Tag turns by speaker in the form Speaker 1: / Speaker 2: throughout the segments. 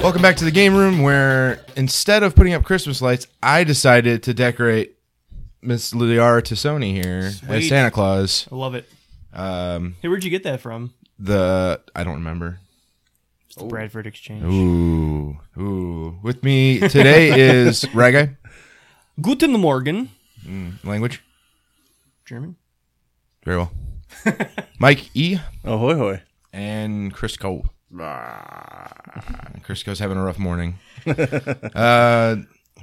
Speaker 1: Welcome back to the game room where instead of putting up Christmas lights, I decided to decorate Miss Liara Tassoni here as
Speaker 2: Sweet.
Speaker 1: Santa Claus.
Speaker 2: I love it.
Speaker 1: Um,
Speaker 2: Hey, where'd you get that from?
Speaker 1: the I don't remember.
Speaker 2: It's the Bradford Exchange.
Speaker 1: Ooh, ooh. With me today is Raggy
Speaker 2: Guten Morgen.
Speaker 1: language.
Speaker 2: German.
Speaker 1: Very well. Mike E
Speaker 3: Ahoy hoy.
Speaker 1: and Chris Cole. Chris Cole's having a rough morning. Uh,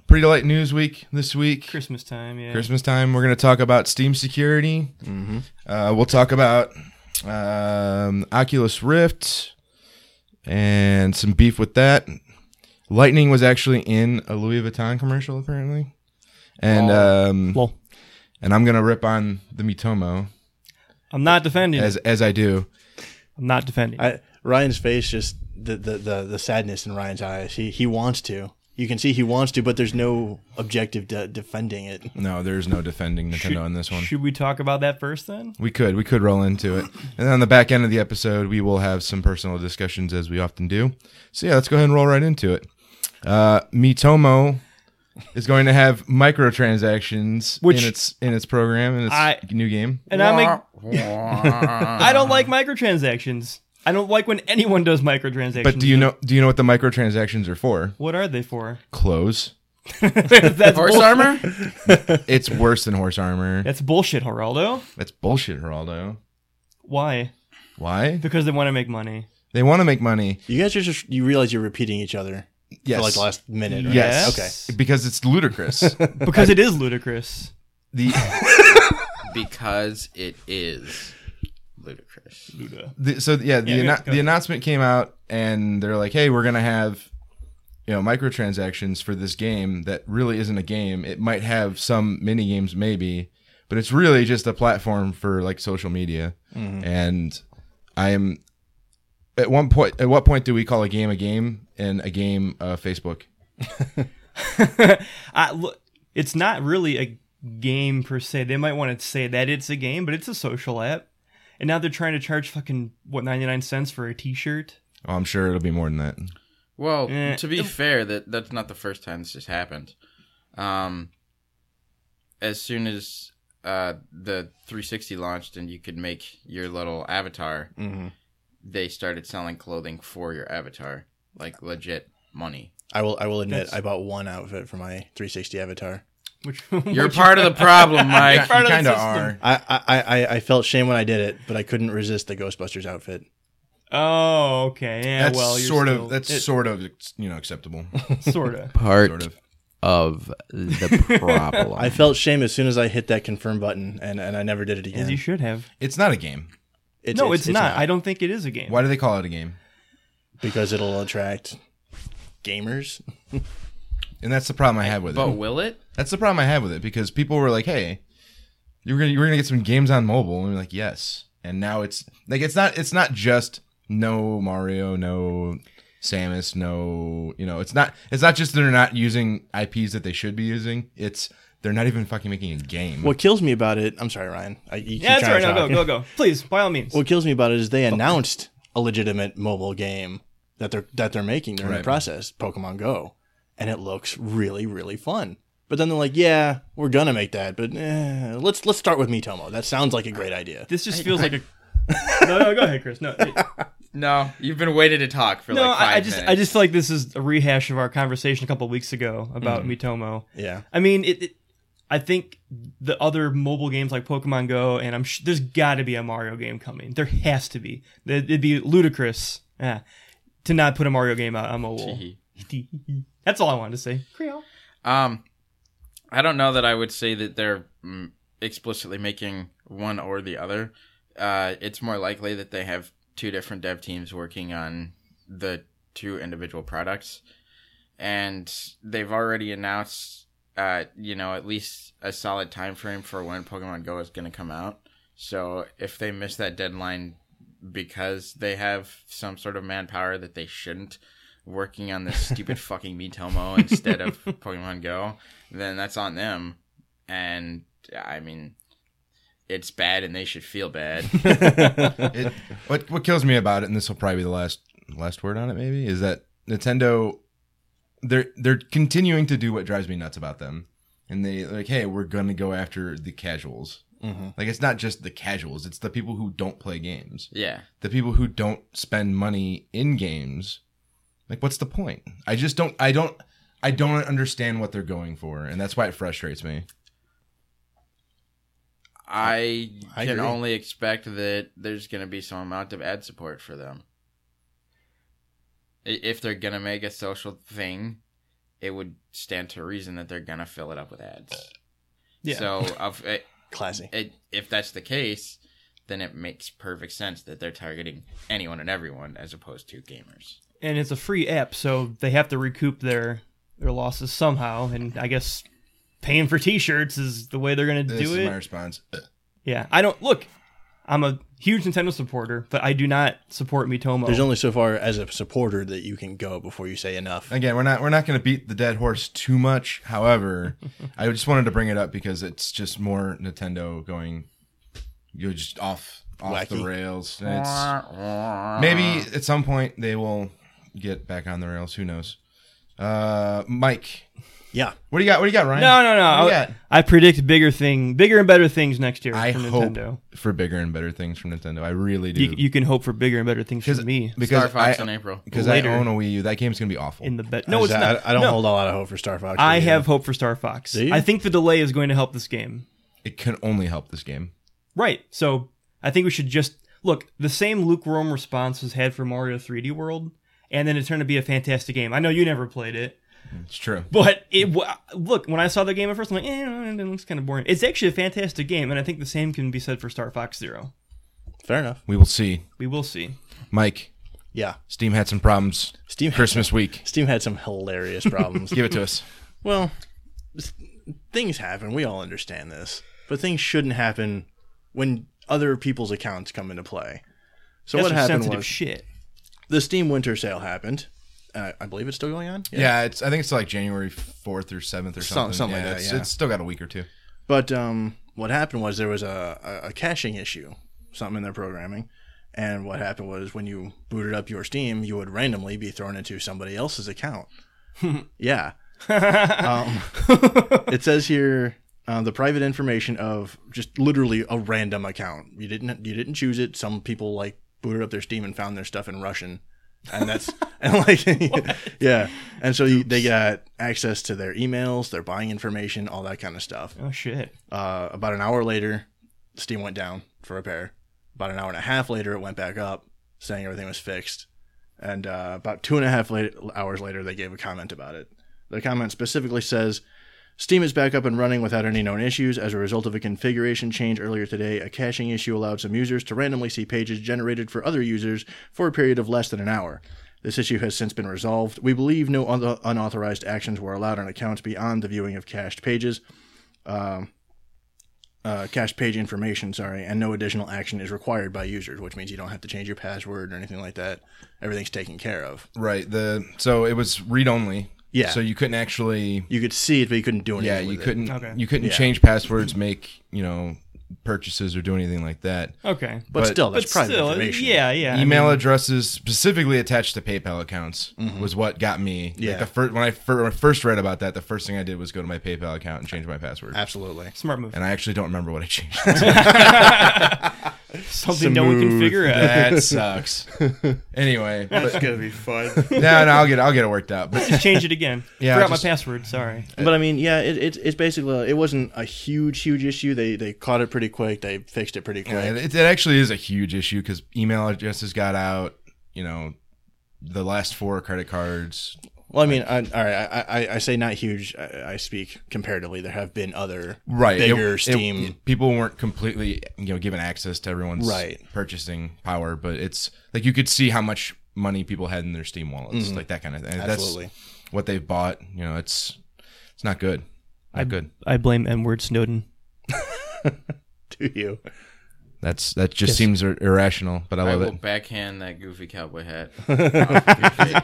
Speaker 1: pretty light news week this week.
Speaker 2: Christmas time, yeah.
Speaker 1: Christmas time, we're going to talk about Steam security. Uh, we'll talk about um, Oculus Rift and some beef with that. Lightning was actually in a Louis Vuitton commercial, apparently. And um,
Speaker 2: Lol.
Speaker 1: and I'm going to rip on the Mitomo
Speaker 2: I'm not defending.
Speaker 1: as as I do.
Speaker 2: I'm not defending.
Speaker 3: I, Ryan's face just the, the the the sadness in Ryan's eyes. He he wants to. You can see he wants to, but there's no objective de- defending it.
Speaker 1: No, there's no defending Nintendo in this one.
Speaker 2: Should we talk about that first then?
Speaker 1: We could, we could roll into it. And then on the back end of the episode, we will have some personal discussions as we often do. So yeah, let's go ahead and roll right into it. Uh Mitomo is going to have microtransactions
Speaker 2: Which-
Speaker 1: in its in its program in its
Speaker 2: I-
Speaker 1: new game.
Speaker 2: And I make I don't like microtransactions. I don't like when anyone does microtransactions.
Speaker 1: But do you know do you know what the microtransactions are for?
Speaker 2: what are they for?
Speaker 1: Clothes.
Speaker 2: That's
Speaker 4: Horse
Speaker 2: bull-
Speaker 4: armor?
Speaker 1: It's worse than horse armor.
Speaker 2: That's bullshit, Geraldo.
Speaker 1: That's bullshit, Geraldo.
Speaker 2: Why?
Speaker 1: Why?
Speaker 2: Because they want to make money.
Speaker 1: They want to make money.
Speaker 3: You guys are just you realize you're repeating each other
Speaker 1: Yes.
Speaker 3: for like the last minute. Right?
Speaker 1: Yes.
Speaker 3: Okay.
Speaker 1: Because it's ludicrous.
Speaker 2: Okay. Because it is ludicrous.
Speaker 1: the
Speaker 4: Because it is ludicrous.
Speaker 2: Luda.
Speaker 1: the, so yeah, the
Speaker 2: Yeah, go-
Speaker 1: annou-
Speaker 2: go.
Speaker 1: the announcement came out, and they're like, "Hey, we're gonna have, you know, microtransactions for this game that really isn't a game. It might have some mini games, maybe, but it's really just a platform for like social media."
Speaker 2: Mm-hmm.
Speaker 1: And I am at one point. At what point do we call a game a game and a game uh, Facebook?
Speaker 2: I, look, it's not really a game per se. They might want to say that it's a game, but it's a social app. And now they're trying to charge fucking what ninety nine cents for a T shirt.
Speaker 1: Oh, I'm sure it'll be more than that.
Speaker 4: Well,
Speaker 2: Eh.
Speaker 4: to be fair, that that's not the first time this has happened. Um, as soon as uh, the 360 launched and you could make your little avatar,
Speaker 2: Mm-hmm.
Speaker 3: Mhm.
Speaker 4: they started selling clothing for your avatar, like legit money.
Speaker 3: I will I will admit
Speaker 2: That's-
Speaker 3: I bought one outfit for my 360 avatar.
Speaker 2: Which
Speaker 4: You're
Speaker 2: which-
Speaker 4: part of the problem, Mike.
Speaker 2: Part of the
Speaker 1: kind of
Speaker 2: system.
Speaker 1: are.
Speaker 3: I, I, I, I felt shame when I did it, but I couldn't resist the Ghostbusters outfit.
Speaker 2: Oh, okay. Yeah,
Speaker 1: That's
Speaker 2: well, you're
Speaker 1: sort
Speaker 2: still-
Speaker 1: of that's
Speaker 2: it-
Speaker 1: sort of you know acceptable.
Speaker 2: sort of.
Speaker 4: Part
Speaker 1: sort of.
Speaker 4: of the problem.
Speaker 3: I felt shame as soon as I hit that confirm button, and, and I never did it again.
Speaker 2: As you should have.
Speaker 1: It's not a game.
Speaker 3: It's-
Speaker 2: no, it's, not. I don't think it is a game.
Speaker 1: Why do they call it a game?
Speaker 3: because it'll attract gamers.
Speaker 1: And that's the problem I have with it.
Speaker 4: but will it?
Speaker 1: That's the problem I have with it because people were like, "Hey, you're gonna you're gonna get some games on mobile," and we're like, "Yes." And now it's like it's not it's not just no Mario, no Samus, no you know it's not it's not just they're not using IPs that they should be using. It's they're not even fucking making a game.
Speaker 3: What kills me about it, I'm sorry, Ryan. I, you keep
Speaker 2: Yeah, that's all
Speaker 3: trying
Speaker 2: right. No,
Speaker 3: to
Speaker 2: go,
Speaker 3: talk.
Speaker 2: go, go. Please, by all means.
Speaker 3: What kills me about it is they announced a legitimate mobile game that they're that they're making during
Speaker 1: Right.
Speaker 3: the process, Pokemon Go, and it looks really really fun. But then they're like, yeah, we're gonna make that, but eh, let's let's start with Mitomo. That sounds like a great idea.
Speaker 2: This just feels like a. no, no, go ahead, Chris. No, it-
Speaker 4: No, you've been waiting to talk for
Speaker 2: no.
Speaker 4: like five
Speaker 2: I, I just,
Speaker 4: minutes.
Speaker 2: I just feel like this is a rehash of our conversation a couple of weeks ago about
Speaker 4: Mm-hmm.
Speaker 2: Mitomo.
Speaker 3: Yeah,
Speaker 2: I mean, it, it. I think the other mobile games like Pokemon Go, and I'm sh- there's got to be a Mario game coming. There has to be. It- It'd be ludicrous eh, to not put a Mario game out on mobile. That's all I wanted to say. Creole.
Speaker 4: Um, I don't know that I would say that they're mm, explicitly making one or the other. Uh, it's more likely that they have two different dev teams working on the two individual products, and they've already announced, uh, you know, at least a solid time frame for when Pokemon Go is going to come out. So if they miss that deadline because they have some sort of manpower that they shouldn't, working on this stupid fucking Mitomo instead of Pokemon Go, then that's on them. And I mean, it's bad, and they should feel bad.
Speaker 2: Mm-hmm.
Speaker 1: It, what what kills me about it, and this will probably be the last last word on it, maybe, is that Nintendo they're they're continuing to do what drives me nuts about them. And they like, hey, we're gonna go after the casuals.
Speaker 3: Mm-hmm.
Speaker 1: Like it's not just the casuals, it's the people who don't play games.
Speaker 4: Yeah.
Speaker 1: The people who don't spend money in games. Like what's the point? I just don't I don't I don't understand what they're going for, and that's why it frustrates me.
Speaker 4: I,
Speaker 3: I
Speaker 4: can
Speaker 3: agree.
Speaker 4: only expect that there's going to be some amount of ad support for them. I- If they're going to make a social thing, it would stand to reason that they're going to fill it up with ads.
Speaker 2: Yeah.
Speaker 4: So of, it,
Speaker 3: Classy.
Speaker 4: it, if that's the case, then it makes perfect sense that they're targeting anyone and everyone as opposed to gamers.
Speaker 2: and it's a free app, so they have to recoup their their losses somehow. And I guess paying for T-shirts is the way they're gonna
Speaker 1: This
Speaker 2: do
Speaker 1: is
Speaker 2: it.
Speaker 1: my response.
Speaker 2: Yeah, I don't look. I'm a huge Nintendo supporter, but I do not support Miitomo.
Speaker 3: There's only so far as a supporter that you can go before you say enough.
Speaker 1: again we're not we're not going to beat the dead horse too much however i just wanted to bring it up because it's just more nintendo going you're just off off the
Speaker 3: Wacky.
Speaker 1: rails And it's maybe at some point they will get back on the rails who knows uh mike
Speaker 3: Yeah.
Speaker 1: what do you got what do you got ryan What
Speaker 2: no, no,
Speaker 1: do
Speaker 2: no.
Speaker 1: you
Speaker 2: I,
Speaker 1: got?
Speaker 2: I predict bigger thing, bigger and better things next year
Speaker 1: i
Speaker 2: from
Speaker 1: hope
Speaker 2: Nintendo.
Speaker 1: for bigger and better things from nintendo i really do
Speaker 2: You, you can hope for bigger and better things
Speaker 1: 'Cause-
Speaker 2: from me
Speaker 4: Star
Speaker 1: because
Speaker 4: Fox
Speaker 1: I,
Speaker 4: in April.
Speaker 1: because I
Speaker 2: later.
Speaker 1: own a wii u that game's going to be awful
Speaker 2: in the bet. No, it's
Speaker 3: I,
Speaker 2: not.
Speaker 3: I, I don't
Speaker 2: No,
Speaker 3: hold a lot of hope for Star Fox.
Speaker 2: I
Speaker 3: either.
Speaker 2: have hope for Star Fox.
Speaker 3: Do you?
Speaker 2: I think the delay is going to help this game.
Speaker 1: it can only help this game
Speaker 2: Right. So I think we should just look. The same lukewarm response was had for Mario 3D World, and then it turned to be a fantastic game. I know you never played it,
Speaker 1: it's true
Speaker 2: but it wa look when I saw the game at first, I'm like, eh, it looks kind of boring. It's actually a fantastic game, and I think the same can be said for Star Fox Zero.
Speaker 3: Fair enough.
Speaker 1: we will see
Speaker 2: We will see.
Speaker 1: mike
Speaker 3: Yeah.
Speaker 1: steam had some problems
Speaker 3: Steam
Speaker 1: christmas week
Speaker 3: Steam had some hilarious problems.
Speaker 1: give it to us
Speaker 3: Well, s- things happen. We all understand this, but things shouldn't happen when other people's accounts come into play. So
Speaker 2: That's
Speaker 3: what
Speaker 2: some
Speaker 3: happened
Speaker 2: sensitive
Speaker 3: was
Speaker 2: shit.
Speaker 3: the Steam Winter Sale happened. Uh, I believe it's still going on.
Speaker 1: Yeah, it's. I think it's like January fourth or seventh or
Speaker 3: Some-
Speaker 1: something.
Speaker 3: something like that,
Speaker 1: It's,
Speaker 3: yeah.
Speaker 1: it's still got a week or two.
Speaker 3: But um, what happened was there was a, a, a caching issue, something in their programming. And what happened was when you booted up your Steam, you would randomly be thrown into somebody else's account. yeah. um,
Speaker 2: Oh,
Speaker 3: it says here uh, the private information of just literally a random account. You didn't you didn't choose it. Some people like booted up their Steam and found their stuff in Russian, and that's and like yeah. And so you, they got access to their emails, their buying information, all that kind of stuff.
Speaker 2: Oh shit.
Speaker 3: Uh, about an hour later, Steam went down for repair. About an hour and a half later, it went back up, saying everything was fixed. And uh, about two and a half late, hours later, they gave a comment about it. The comment specifically says Steam is back up and running without any known issues. As a result of a configuration change earlier today, a caching issue allowed some users to randomly see pages generated for other users for a period of less than an hour. This issue has since been resolved. We believe no other unauthorized actions were allowed on accounts beyond the viewing of cached pages uh, cache page information, sorry, and no additional action is required by users, which means you don't have to change your password or anything like that. Everything's taken care of.
Speaker 1: Right. The so it was read only.
Speaker 3: Yeah.
Speaker 1: So you couldn't actually.
Speaker 3: You could see it, but you couldn't do anything.
Speaker 1: Yeah, you
Speaker 3: with it.
Speaker 1: couldn't.
Speaker 2: Okay.
Speaker 1: You couldn't
Speaker 3: Yeah.
Speaker 1: change passwords, make you know purchases, or do anything like that.
Speaker 2: Okay.
Speaker 3: But,
Speaker 1: but-
Speaker 3: still, that's
Speaker 2: But
Speaker 3: private
Speaker 2: still,
Speaker 3: information.
Speaker 2: yeah, yeah.
Speaker 1: Email
Speaker 2: I mean,
Speaker 1: addresses specifically attached to PayPal accounts was what got me.
Speaker 3: Yeah.
Speaker 1: Like the first when I, fir- when I first read about that, the first thing I did was go to my PayPal account and change my password.
Speaker 3: Absolutely.
Speaker 2: smart move.
Speaker 1: And I actually don't remember what I changed.
Speaker 2: Something no one can
Speaker 3: smooth.
Speaker 2: figure out.
Speaker 1: that sucks. Anyway, but,
Speaker 3: gonna be fun.
Speaker 1: no, no, I'll get I'll get it worked out. But
Speaker 2: Just change it again.
Speaker 1: Yeah,
Speaker 2: Forgot
Speaker 1: just-
Speaker 2: my password. Sorry.
Speaker 3: but I mean, yeah, it, it, it's basically it wasn't a huge, huge issue. They they caught it pretty quick. They fixed it pretty quick.
Speaker 1: Yeah, it, it actually is a huge issue because email addresses got out. You know, the last four credit cards.
Speaker 3: well, I mean, I, all right, I, I I say not huge. I, I speak comparatively. There have been other
Speaker 1: Right,
Speaker 3: bigger Steam.
Speaker 1: people weren't completely you know given access to everyone's
Speaker 3: Right.
Speaker 1: purchasing power, but it's like you could see how much money people had in their Steam wallets, like that kind of thing.
Speaker 3: Mm-hmm. Absolutely.
Speaker 1: That's what they've bought. You know, it's it's not good. Not good.
Speaker 2: I blame M word Snowden.
Speaker 3: Do you?
Speaker 1: That's that just seems ir- irrational, but I
Speaker 4: I
Speaker 1: love
Speaker 4: will
Speaker 1: it.
Speaker 4: backhand that goofy cowboy hat.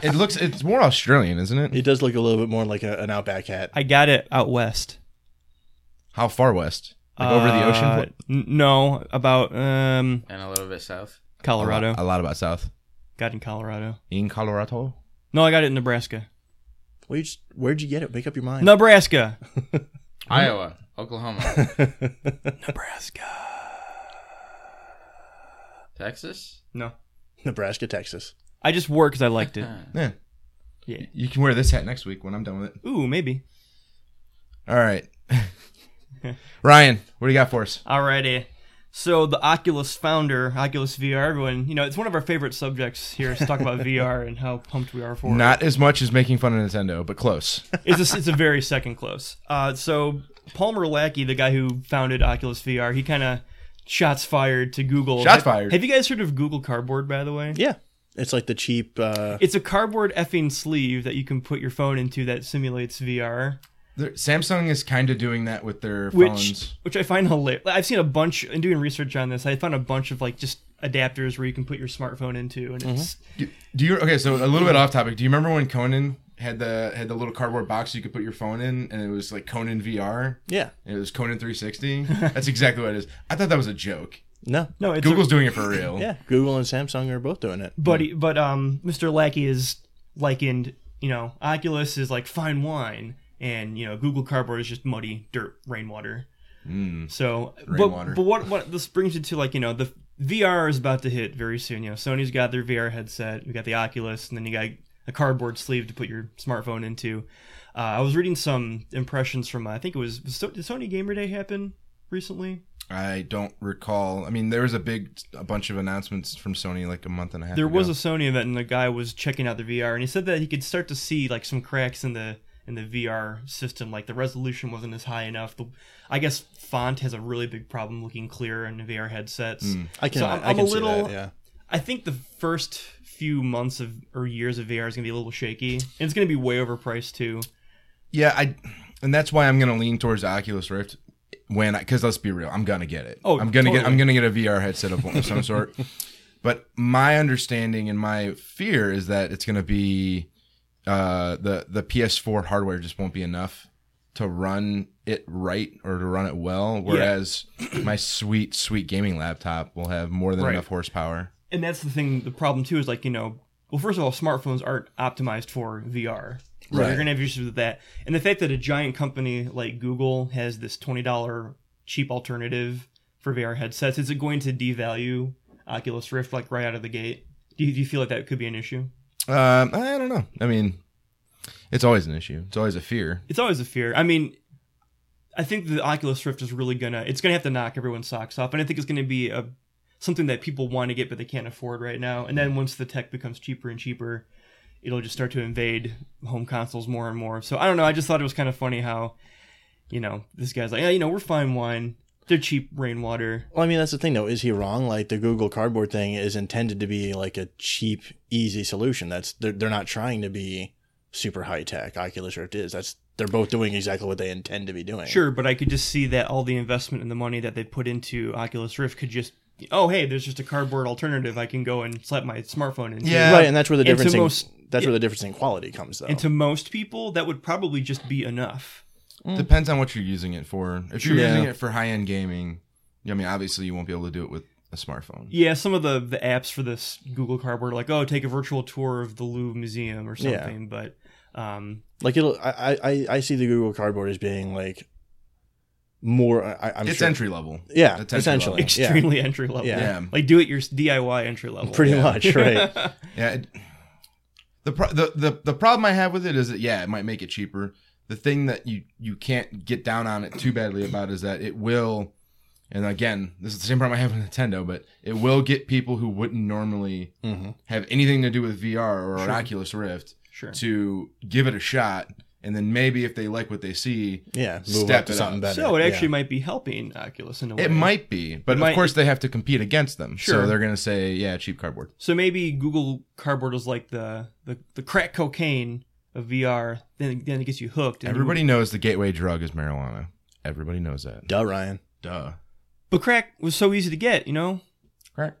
Speaker 1: It looks it's more Australian, isn't it?
Speaker 3: It does look a little bit more like a, an Outback hat.
Speaker 2: I got it out west.
Speaker 1: How far west? Like over the
Speaker 2: Uh,
Speaker 1: ocean?
Speaker 2: n- no, about um
Speaker 4: and a little bit south.
Speaker 1: A lot-
Speaker 2: Colorado.
Speaker 1: A lot about south.
Speaker 2: got in Colorado.
Speaker 1: In Colorado.
Speaker 2: No, I got it in Nebraska.
Speaker 3: Well, you just, where'd you get it? Make up your mind.
Speaker 2: Nebraska.
Speaker 4: Iowa, Oklahoma,
Speaker 2: Nebraska.
Speaker 4: Texas.
Speaker 2: No.
Speaker 3: Nebraska, Texas.
Speaker 2: I just wore it because I liked it.
Speaker 1: Yeah.
Speaker 2: Yeah.
Speaker 1: You can wear this hat next week when I'm done with it.
Speaker 2: Ooh, maybe.
Speaker 1: All right. Ryan, what do you got for us?
Speaker 2: Alrighty. So the Oculus founder, Oculus VR, everyone, you know, it's one of our favorite subjects here is to talk about VR and how pumped we are for it.
Speaker 1: Not as much as making fun of Nintendo, but close.
Speaker 2: it's a, it's a very second close. Uh, so Palmer Lackey, the guy who founded Oculus VR, he kind of shots fired to Google.
Speaker 1: Shots
Speaker 2: Have-
Speaker 1: fired.
Speaker 2: Have you guys heard of Google Cardboard, by the way?
Speaker 3: Yeah. It's like the cheap. Uh,
Speaker 2: It's a cardboard effing sleeve that you can put your phone into that simulates VR,
Speaker 1: There- Samsung is kind of doing that with their
Speaker 2: which
Speaker 1: phones.
Speaker 2: which I find hilarious. I've seen a bunch in doing research on this. I found a bunch of like just adapters where you can put your smartphone into,
Speaker 1: Mm-hmm.
Speaker 2: and it's
Speaker 1: Do, do you okay? So a little bit off topic. Do you remember when Conan had the had the little cardboard box you could put your phone in, and it was like Conan VR?
Speaker 3: yeah.
Speaker 1: And it was Conan 360. That's exactly what it is. I thought that was a joke.
Speaker 3: No.
Speaker 2: no, it's a-
Speaker 1: Google's doing it for real.
Speaker 3: Yeah. Google and Samsung are both doing it.
Speaker 2: but he- but um Mr. Lackey is likened, you know, Oculus is like fine wine and you know, Google Cardboard is just muddy dirt rainwater. So
Speaker 1: Rainwater.
Speaker 2: but but what what this brings you to like, you know, the VR is about to hit very soon, you know. Sony's got their VR headset, we got the Oculus, and then you got a cardboard sleeve to put your smartphone into. Uh, I was reading some impressions from uh, I think it was, was so, did Sony Gamer Day happen recently?
Speaker 1: I don't recall. I mean, there was a big a bunch of announcements from Sony like a month and a half.
Speaker 2: there
Speaker 1: ago.
Speaker 2: was a Sony event and the guy was checking out the VR and he said that he could start to see like some cracks in the in the VR system like the resolution wasn't as high enough the I guess font has a really big problem looking clear in VR headsets
Speaker 3: I can.
Speaker 2: So
Speaker 3: I,
Speaker 2: I'm-
Speaker 3: I
Speaker 2: I'm
Speaker 3: can
Speaker 2: a
Speaker 3: See
Speaker 2: little-
Speaker 3: that, yeah.
Speaker 2: I think the first few months of or years of VR is going to be a little shaky and it's going to be way overpriced too
Speaker 1: yeah. I and that's why I'm gonna lean towards the Oculus Rift when because let's be real, I'm gonna get it.
Speaker 2: Oh,
Speaker 1: I'm gonna get
Speaker 2: totally.
Speaker 1: I'm gonna get a VR headset of of some sort. But my understanding and my fear is that it's gonna be uh, the the PS4 hardware just won't be enough to run it right or to run it well. Whereas my sweet sweet gaming laptop will have more than
Speaker 2: Right.
Speaker 1: enough horsepower.
Speaker 2: and that's the thing the problem too is like you know well first of all smartphones aren't optimized for vr so
Speaker 3: Right.
Speaker 2: you're gonna have issues with that and the fact that a giant company like google has this $20 cheap alternative for vr headsets is it going to devalue oculus rift like right out of the gate do you, do you feel like that could be an issue
Speaker 1: Um, I don't know. I mean, it's always an issue. It's always a fear.
Speaker 2: it's always a fear i mean i think the oculus rift is really gonna it's gonna have to knock everyone's socks off and i think it's gonna be a something that people want to get but they can't afford right now and then once the tech becomes cheaper and cheaper it'll just start to invade home consoles more and more so i don't know i just thought it was kind of funny how you know this guy's like yeah you know we're fine wine they're cheap rainwater
Speaker 3: Well, I mean, that's the thing, though. Is he wrong? Like the Google Cardboard thing is intended to be like a cheap, easy solution. That's they're, they're not trying to be super high tech. Oculus Rift is. That's they're both doing exactly what they intend to be doing.
Speaker 2: Sure, but I could just see that all the investment and the money that they put into Oculus Rift could just oh hey, there's just a cardboard alternative I can go and slap my smartphone into.
Speaker 1: Yeah.
Speaker 3: Right, and that's where the
Speaker 2: And to
Speaker 3: difference. In,
Speaker 2: most-
Speaker 3: that's where the difference in quality comes, though.
Speaker 2: And to most people, that would probably just be enough.
Speaker 1: Depends on what you're using it for. If you're
Speaker 3: Mm. Yeah.
Speaker 1: using it for high end gaming, I mean, obviously you won't be able to do it with a smartphone.
Speaker 2: Yeah, some of the the apps for this Google Cardboard are like oh take a virtual tour of the Louvre Museum or
Speaker 3: Yeah.
Speaker 2: something, but um,
Speaker 3: like it'll, I, I, I see the Google Cardboard as being like more. I, I'm
Speaker 1: it's
Speaker 3: sure.
Speaker 1: entry level.
Speaker 3: Yeah,
Speaker 1: It's entry
Speaker 3: essentially.
Speaker 1: level.
Speaker 3: Yeah.
Speaker 2: extremely entry level.
Speaker 3: Yeah.
Speaker 1: Yeah.
Speaker 2: Like do it your DIY entry level.
Speaker 3: Pretty much, right?
Speaker 1: Yeah. it- the, pro- the the the problem I have with it is that yeah, it might make it cheaper. The thing that you you can't get down on it too badly about is that it will, and again, this is the same problem I have with Nintendo, but it will get people who wouldn't normally
Speaker 3: Mhm.
Speaker 1: have anything to do with VR or an
Speaker 2: Sure.
Speaker 1: Oculus Rift
Speaker 2: Sure.
Speaker 1: to give it a shot, and then maybe if they like what they see,
Speaker 3: Yeah, move
Speaker 1: Step
Speaker 3: up to
Speaker 1: it
Speaker 3: something
Speaker 1: up.
Speaker 3: better.
Speaker 2: So it
Speaker 3: Yeah.
Speaker 2: actually might be helping Oculus in a way.
Speaker 1: it might be. But
Speaker 2: It
Speaker 1: of
Speaker 2: might-
Speaker 1: course, they have to compete against them,
Speaker 2: Sure.
Speaker 1: so they're gonna say yeah, cheap cardboard.
Speaker 2: So maybe Google Cardboard is like the the, the crack cocaine of VR. Then then it gets you hooked. and-
Speaker 1: Everybody knows the gateway drug is marijuana. Everybody knows that.
Speaker 3: Duh, Ryan.
Speaker 1: Duh.
Speaker 2: but crack was so easy to get. You know,
Speaker 1: Crack.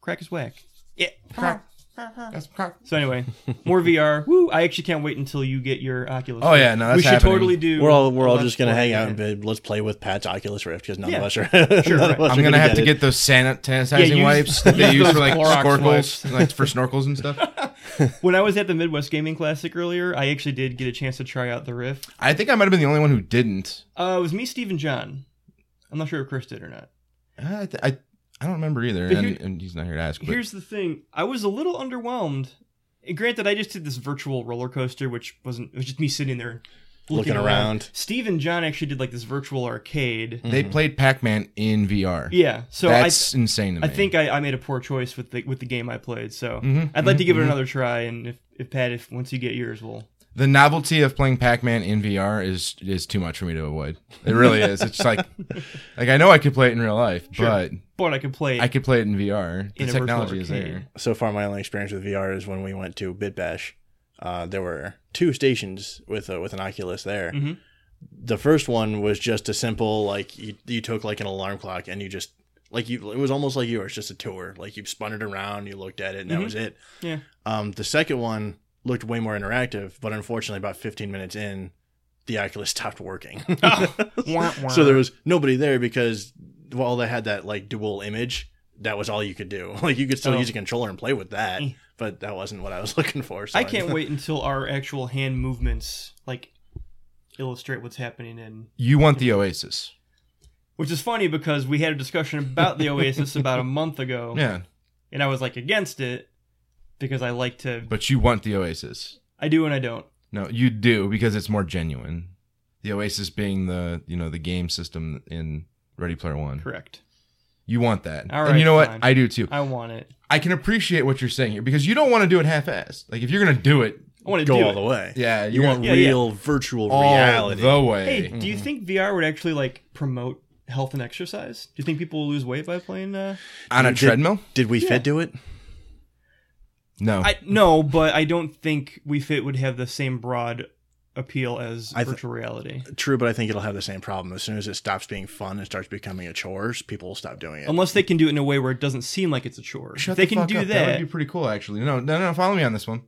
Speaker 2: crack is whack. Yeah.
Speaker 1: Crack. That's crack.
Speaker 2: So anyway, more VR. Woo! I actually can't wait until you get your Oculus.
Speaker 1: Oh, yeah, no, that's
Speaker 2: we should
Speaker 1: happening.
Speaker 2: totally do.
Speaker 3: We're all we're all
Speaker 2: Let's
Speaker 3: just gonna
Speaker 2: play
Speaker 3: hang out
Speaker 2: it.
Speaker 3: and be, let's play with Pat's Oculus Rift because none
Speaker 2: Yeah.
Speaker 3: of us are.
Speaker 2: Sure,
Speaker 3: none of
Speaker 2: right.
Speaker 3: us
Speaker 1: I'm
Speaker 3: are
Speaker 1: gonna have to
Speaker 3: it.
Speaker 1: get those sanit- sanitizing
Speaker 2: Yeah, use-
Speaker 1: wipes that they
Speaker 2: use
Speaker 1: use for
Speaker 2: those
Speaker 1: like
Speaker 2: Clorox
Speaker 1: snorkels,
Speaker 2: wipes.
Speaker 1: like for snorkels and stuff.
Speaker 2: when I was at the Midwest Gaming Classic earlier, I actually did get a chance to try out the Rift.
Speaker 1: I think I might have been the only one who didn't.
Speaker 2: Uh, it was me, Steve, and John. I'm not sure if Chris did or not.
Speaker 1: Uh, I th- I, I don't remember either,
Speaker 2: But
Speaker 1: and,
Speaker 2: here-
Speaker 1: and he's not here to ask. But
Speaker 2: Here's the thing: I was a little underwhelmed. And granted, I just did this virtual roller coaster, which wasn't. It was just me sitting there looking,
Speaker 3: Looking
Speaker 2: around.
Speaker 3: around. Mm.
Speaker 2: Steve and John actually did like this virtual arcade.
Speaker 1: they played Pac-Man in VR.
Speaker 2: Mhm. Yeah, so
Speaker 1: that's insane to
Speaker 2: I,
Speaker 1: me.
Speaker 2: I think I, I made a poor choice with the with the game I played. So
Speaker 3: Mm-hmm,
Speaker 1: Mhm,
Speaker 2: I'd like
Speaker 1: mhm,
Speaker 2: to give it
Speaker 1: mhm.
Speaker 2: another try. And if, if Pat, if once you get yours, we'll
Speaker 1: the novelty of playing Pac-Man in VR is is too much for me to avoid. It really is. It's just like like I know I could play it in real life,
Speaker 2: Sure.
Speaker 1: but
Speaker 2: but I could play.
Speaker 1: I could play it in VR. The
Speaker 2: In a virtual
Speaker 1: technology is
Speaker 2: arcade.
Speaker 1: there.
Speaker 3: So far, my only experience with VR is when we went to Bitbash. Uh, there were two stations with a, with an Oculus there.
Speaker 2: Mhm.
Speaker 3: The first one was just a simple like you you took like an alarm clock and you just like you it was almost like you were just a tour like you spun it around you looked at it and
Speaker 2: Mhm.
Speaker 3: that was it.
Speaker 2: Yeah.
Speaker 3: Um, the second one looked way more interactive, but unfortunately, about 15 minutes in, the Oculus stopped working. so there was nobody there because while they had that like dual image, that was all you could do. Like you could still
Speaker 2: Oh.
Speaker 3: use a controller and play with that,
Speaker 2: Eh.
Speaker 3: but that wasn't what I was looking for. So
Speaker 2: I can't wait until our actual hand movements like illustrate what's happening in
Speaker 1: You want the Oasis?
Speaker 2: Which is funny because we had a discussion about the Oasis about a month ago,
Speaker 1: Yeah,
Speaker 2: and I was like against it because I like to.
Speaker 1: but you want the Oasis.
Speaker 2: I do and I don't.
Speaker 1: No, you do because it's more genuine. The Oasis being the you know the game system in Ready Player One.
Speaker 2: Correct.
Speaker 1: You want that,
Speaker 2: All
Speaker 1: and
Speaker 2: right,
Speaker 1: you know what?
Speaker 2: fine.
Speaker 1: I do too.
Speaker 2: I want it.
Speaker 1: I can appreciate what you're saying here because you don't want to do it half-assed. Like if you're gonna do it,
Speaker 2: I want to
Speaker 3: go
Speaker 2: do
Speaker 3: all
Speaker 2: it.
Speaker 3: the way.
Speaker 1: yeah,
Speaker 3: You want
Speaker 2: yeah, yeah.
Speaker 3: real virtual
Speaker 1: all
Speaker 3: reality.
Speaker 1: the way.
Speaker 2: Hey, do
Speaker 3: Mm-hmm.
Speaker 2: you think VR would actually like promote health and exercise? Do you think people will lose weight by playing? Uh...
Speaker 1: on a
Speaker 3: Did-
Speaker 1: treadmill?
Speaker 3: Did we
Speaker 2: Yeah.
Speaker 3: fit do it?
Speaker 1: No,
Speaker 2: I no, but I don't think We Fit would have the same broad appeal as
Speaker 3: I th-
Speaker 2: virtual reality,
Speaker 3: True, but I think it'll have the same problem. As soon as it stops being fun and starts becoming a chore, people will stop doing it.
Speaker 2: unless they can do it in a way where it doesn't seem like it's a chore.
Speaker 1: Shut
Speaker 2: if they
Speaker 1: the
Speaker 2: can
Speaker 1: fuck
Speaker 2: do
Speaker 1: up.
Speaker 2: that.
Speaker 1: That would be pretty cool, actually. No, no, no. Follow me on this one.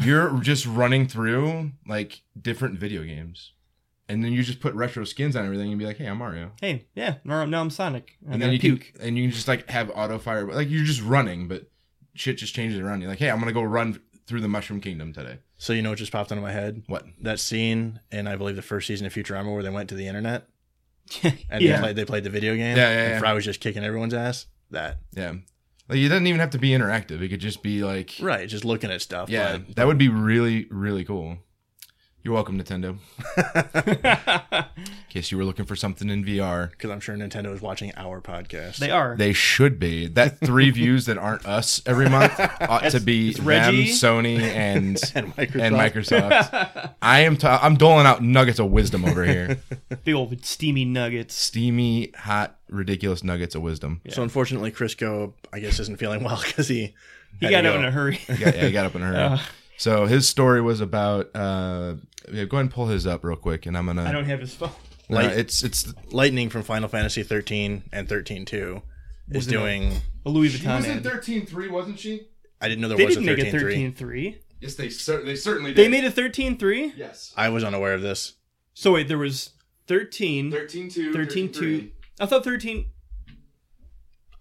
Speaker 1: You're just running through like different video games, and then you just put retro skins on everything and be like, "Hey, I'm Mario."
Speaker 2: Hey, yeah, now, now I'm Sonic. I'm
Speaker 1: And
Speaker 2: gonna
Speaker 1: you
Speaker 2: puke.
Speaker 1: Can, and you can just like have auto fire. Like you're just running, but shit just changes around you. Like, hey, I'm gonna go run through the Mushroom Kingdom today.
Speaker 3: so you know what just popped into my head?
Speaker 1: What?
Speaker 3: That scene in I believe the first season of Futurama where they went to the internet and
Speaker 2: yeah.
Speaker 3: they played they played the video game.
Speaker 1: Yeah, yeah,
Speaker 3: and
Speaker 1: yeah.
Speaker 3: Fry was just kicking everyone's ass. That
Speaker 1: Yeah. Like it doesn't even have to be interactive. It could just be like,
Speaker 3: right, just looking at stuff.
Speaker 1: yeah,
Speaker 3: but-
Speaker 1: that would be really, really cool. You're welcome, Nintendo. In case you were looking for something in VR.
Speaker 3: because I'm sure Nintendo is watching our podcast.
Speaker 2: they are.
Speaker 1: They should be. That three views that aren't us every month ought to be
Speaker 2: it's
Speaker 1: them,
Speaker 2: Reggie.
Speaker 1: Sony, and
Speaker 3: and Microsoft.
Speaker 1: and Microsoft. I am t- I'm doling out nuggets of wisdom over here.
Speaker 2: Big old steamy nuggets.
Speaker 1: Steamy, hot, ridiculous nuggets of wisdom.
Speaker 3: So unfortunately, Crisco, I guess, isn't feeling well because he
Speaker 2: He
Speaker 3: had
Speaker 2: got
Speaker 3: to
Speaker 2: out
Speaker 3: go.
Speaker 2: in a hurry.
Speaker 1: Yeah, yeah, I got up in a hurry.
Speaker 2: Uh,
Speaker 1: so his story was about. Uh, yeah, go ahead and pull his up real quick, and I'm gonna.
Speaker 2: I don't have his phone.
Speaker 1: no,
Speaker 3: like-
Speaker 1: it's it's
Speaker 3: Lightning from Final Fantasy 13 and 13.2 is
Speaker 2: Wasn't it?
Speaker 3: doing.
Speaker 2: A Louis Vuitton ad.
Speaker 1: thirteen three, wasn't she?
Speaker 3: I didn't know there
Speaker 2: They
Speaker 3: was a
Speaker 2: didn't make a
Speaker 3: 13.3.
Speaker 2: 13.3.
Speaker 1: Yes, they cer- they certainly
Speaker 2: They made a 13.3?
Speaker 1: yes
Speaker 3: I was unaware of this.
Speaker 2: So wait, there was 13.
Speaker 1: thirteen two
Speaker 2: 13.2. I thought 13.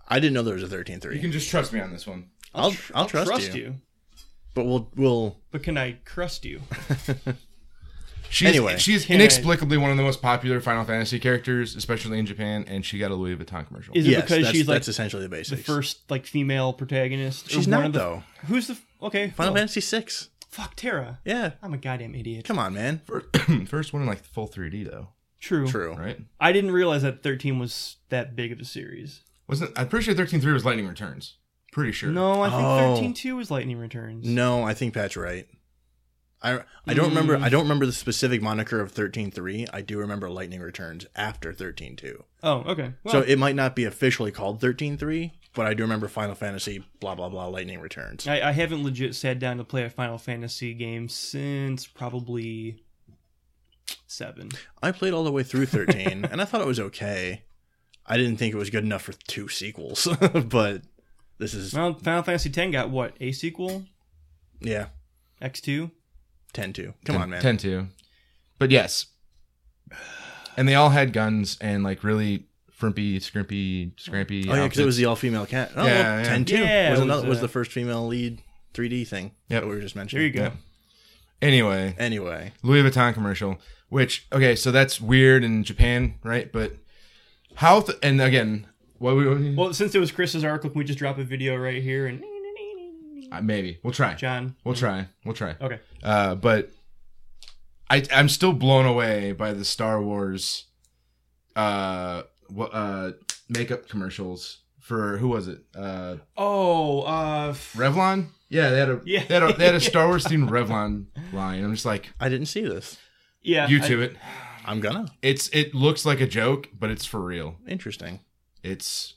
Speaker 3: I didn't know there was a
Speaker 1: You
Speaker 3: 13.3.
Speaker 1: can just trust me on this one.
Speaker 3: I'll, I'll, trust, you, but we'll we'll
Speaker 2: But can I crust you?
Speaker 1: She's,
Speaker 3: Anyway.
Speaker 1: she's
Speaker 2: Can I-
Speaker 1: inexplicably one of the most popular Final Fantasy characters, especially in Japan, and she got a Louis Vuitton commercial.
Speaker 2: Is it
Speaker 3: yes,
Speaker 2: because
Speaker 3: that's,
Speaker 2: she's like
Speaker 3: that's essentially the
Speaker 2: the
Speaker 3: basics.
Speaker 2: first like female protagonist? or
Speaker 3: she's
Speaker 2: one
Speaker 3: not
Speaker 2: of the-
Speaker 3: though.
Speaker 2: Who's the. Okay.
Speaker 3: Final
Speaker 2: well,
Speaker 3: Fantasy 6.
Speaker 2: Fuck Terra.
Speaker 3: Yeah,
Speaker 2: I'm a goddamn idiot.
Speaker 3: come on, man.
Speaker 1: First one in like full 3D though,
Speaker 2: True.
Speaker 3: True.
Speaker 1: right?
Speaker 2: I didn't realize that 13 was that big of a series.
Speaker 1: Wasn't I'm pretty sure 13.3 was Lightning Returns. Pretty sure.
Speaker 2: No, I think
Speaker 3: Oh.
Speaker 2: 13.2 was Lightning Returns.
Speaker 3: No, I think Pat's right. I I don't remember I don't remember the specific moniker of 13.3. I do remember Lightning Returns after 13.2.
Speaker 2: Oh, okay. Well,
Speaker 3: So it might not be officially called 13.3, but I do remember Final Fantasy blah blah blah Lightning Returns.
Speaker 2: I, I haven't legit sat down to play a Final Fantasy game since probably seven.
Speaker 3: I played all the way through 13 and I thought it was okay. I didn't think it was good enough for two sequels, but this is
Speaker 2: Well, Final Fantasy X got what a sequel,
Speaker 3: yeah,
Speaker 2: X two.
Speaker 3: 10-2. Come on, man.
Speaker 1: 10 2. But yes. And they all had guns and like really frimpy, scrimpy, scrampy.
Speaker 3: Oh yeah, because it was
Speaker 1: outfits.
Speaker 3: the all female cat. Oh,
Speaker 1: Yeah,
Speaker 3: well,
Speaker 1: yeah.
Speaker 3: 10-2
Speaker 2: Yeah,
Speaker 3: was
Speaker 2: it was,
Speaker 3: another was
Speaker 2: uh,
Speaker 3: the first female lead 3D thing
Speaker 1: Yep.
Speaker 3: that we were just
Speaker 2: There
Speaker 3: mentioning.
Speaker 2: you go.
Speaker 1: Yeah. Anyway,
Speaker 3: Anyway,
Speaker 1: Louis Vuitton commercial, which okay, so that's weird in Japan, right? But how? Th- and again, what we
Speaker 2: Well, since it was Chris's article, can we just drop a video right here and
Speaker 1: uh, maybe we'll try.
Speaker 2: John?
Speaker 1: We'll try. We'll try.
Speaker 2: Okay.
Speaker 1: Uh, but I I'm still blown away by the Star Wars uh wha- uh makeup commercials for who was it? Uh
Speaker 2: Oh, uh, f-
Speaker 1: Revlon? Yeah, they had a
Speaker 2: Yeah.
Speaker 1: they had a, they had a Star Wars themed Revlon line. I'm just like
Speaker 3: I didn't see this.
Speaker 2: yeah.
Speaker 1: YouTube it.
Speaker 3: I'm gonna.
Speaker 1: It's it looks like a joke, but it's for real.
Speaker 3: Interesting.
Speaker 1: It's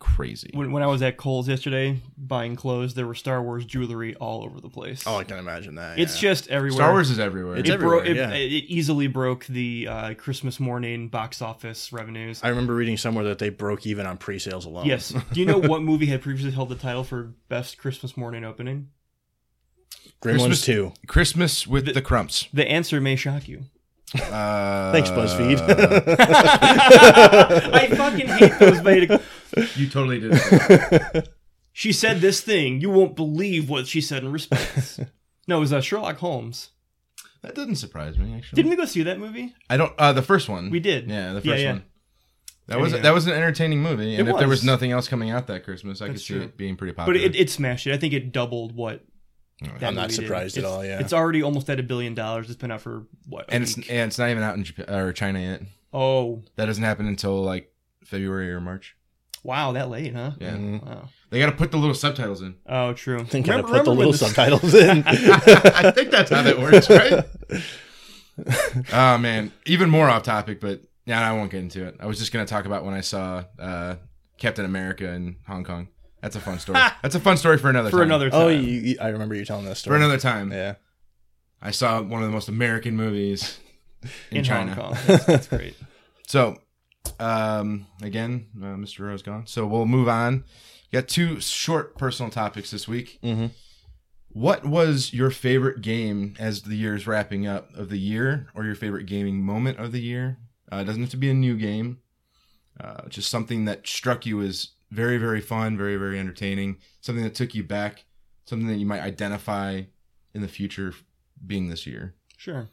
Speaker 1: crazy.
Speaker 2: I- when, when I was at Kohl's yesterday buying clothes, there were Star Wars jewelry all over the place.
Speaker 3: Oh, I can imagine that.
Speaker 2: it's
Speaker 3: yeah.
Speaker 2: just everywhere.
Speaker 1: Star Wars is everywhere.
Speaker 3: It's
Speaker 2: It, bro-
Speaker 3: everywhere,
Speaker 2: it,
Speaker 3: yeah.
Speaker 2: it easily broke the uh, Christmas morning box office revenues.
Speaker 3: I remember reading somewhere that they broke even on pre-sales alone.
Speaker 2: yes. Do you know what movie had previously held the title for best Christmas morning opening?
Speaker 3: Gremlins
Speaker 1: Christmas-
Speaker 3: Two.
Speaker 1: Christmas with the, Crumps.
Speaker 2: The answer may shock you.
Speaker 1: Uh,
Speaker 3: Thanks, BuzzFeed. Uh,
Speaker 2: I fucking hate those beta.
Speaker 1: you totally did. it.
Speaker 2: She said this thing. You won't believe what she said in response. No, it was uh, Sherlock Holmes.
Speaker 1: That doesn't surprise me actually.
Speaker 2: Didn't we go see that movie?
Speaker 1: I don't. Uh, the first one
Speaker 2: We did.
Speaker 1: Yeah, the
Speaker 2: Yeah,
Speaker 1: first
Speaker 2: yeah.
Speaker 1: one. That was
Speaker 2: Anyhow.
Speaker 1: that was an entertaining movie, and
Speaker 2: It
Speaker 1: if there
Speaker 2: was.
Speaker 1: was nothing else coming out that Christmas, I could
Speaker 2: That's
Speaker 1: see
Speaker 2: true.
Speaker 1: it being pretty
Speaker 2: But
Speaker 1: popular.
Speaker 2: it, it smashed it. I think it doubled what.
Speaker 1: Anyway.
Speaker 2: that
Speaker 3: I'm not
Speaker 2: movie did.
Speaker 3: surprised at
Speaker 2: It's-
Speaker 3: all, yeah.
Speaker 2: it's already almost at a billion dollars. It's been out for what? a
Speaker 1: and it's
Speaker 2: week?
Speaker 1: and it's not even out in Japan or China yet.
Speaker 2: oh
Speaker 1: That doesn't happen until like February or March.
Speaker 2: wow, that late, huh? Mm-hmm.
Speaker 1: Yeah,
Speaker 3: Mhm.
Speaker 2: Wow.
Speaker 1: they got to put the little subtitles in.
Speaker 2: Oh, true.
Speaker 3: Think I
Speaker 2: Remember-
Speaker 3: put
Speaker 2: remember
Speaker 3: the
Speaker 2: when
Speaker 3: little
Speaker 2: this-
Speaker 3: subtitles in.
Speaker 1: I think that's how that works, right? oh man, even more off topic, but yeah, I won't get into it. I was just gonna talk about when I saw uh, Captain America in Hong Kong. That's a fun story. that's a fun story for another
Speaker 2: for
Speaker 1: time.
Speaker 2: another time.
Speaker 3: oh, you, you- I remember you telling this
Speaker 1: for
Speaker 3: story.
Speaker 1: another time.
Speaker 3: yeah.
Speaker 1: I saw one of the most American movies in,
Speaker 2: in
Speaker 1: China.
Speaker 2: Hong Kong. That's, that's great.
Speaker 1: So, um, again, uh, Mr. Rowe's gone. So we'll move on. Got two short personal topics this week.
Speaker 3: Mm-hmm.
Speaker 1: What was your favorite game as the year's wrapping up of the year, or your favorite gaming moment of the year? Uh, it doesn't have to be a new game, uh, just something that struck you as very, very fun, very, very entertaining, something that took you back, something that you might identify in the future being this year.
Speaker 2: Sure.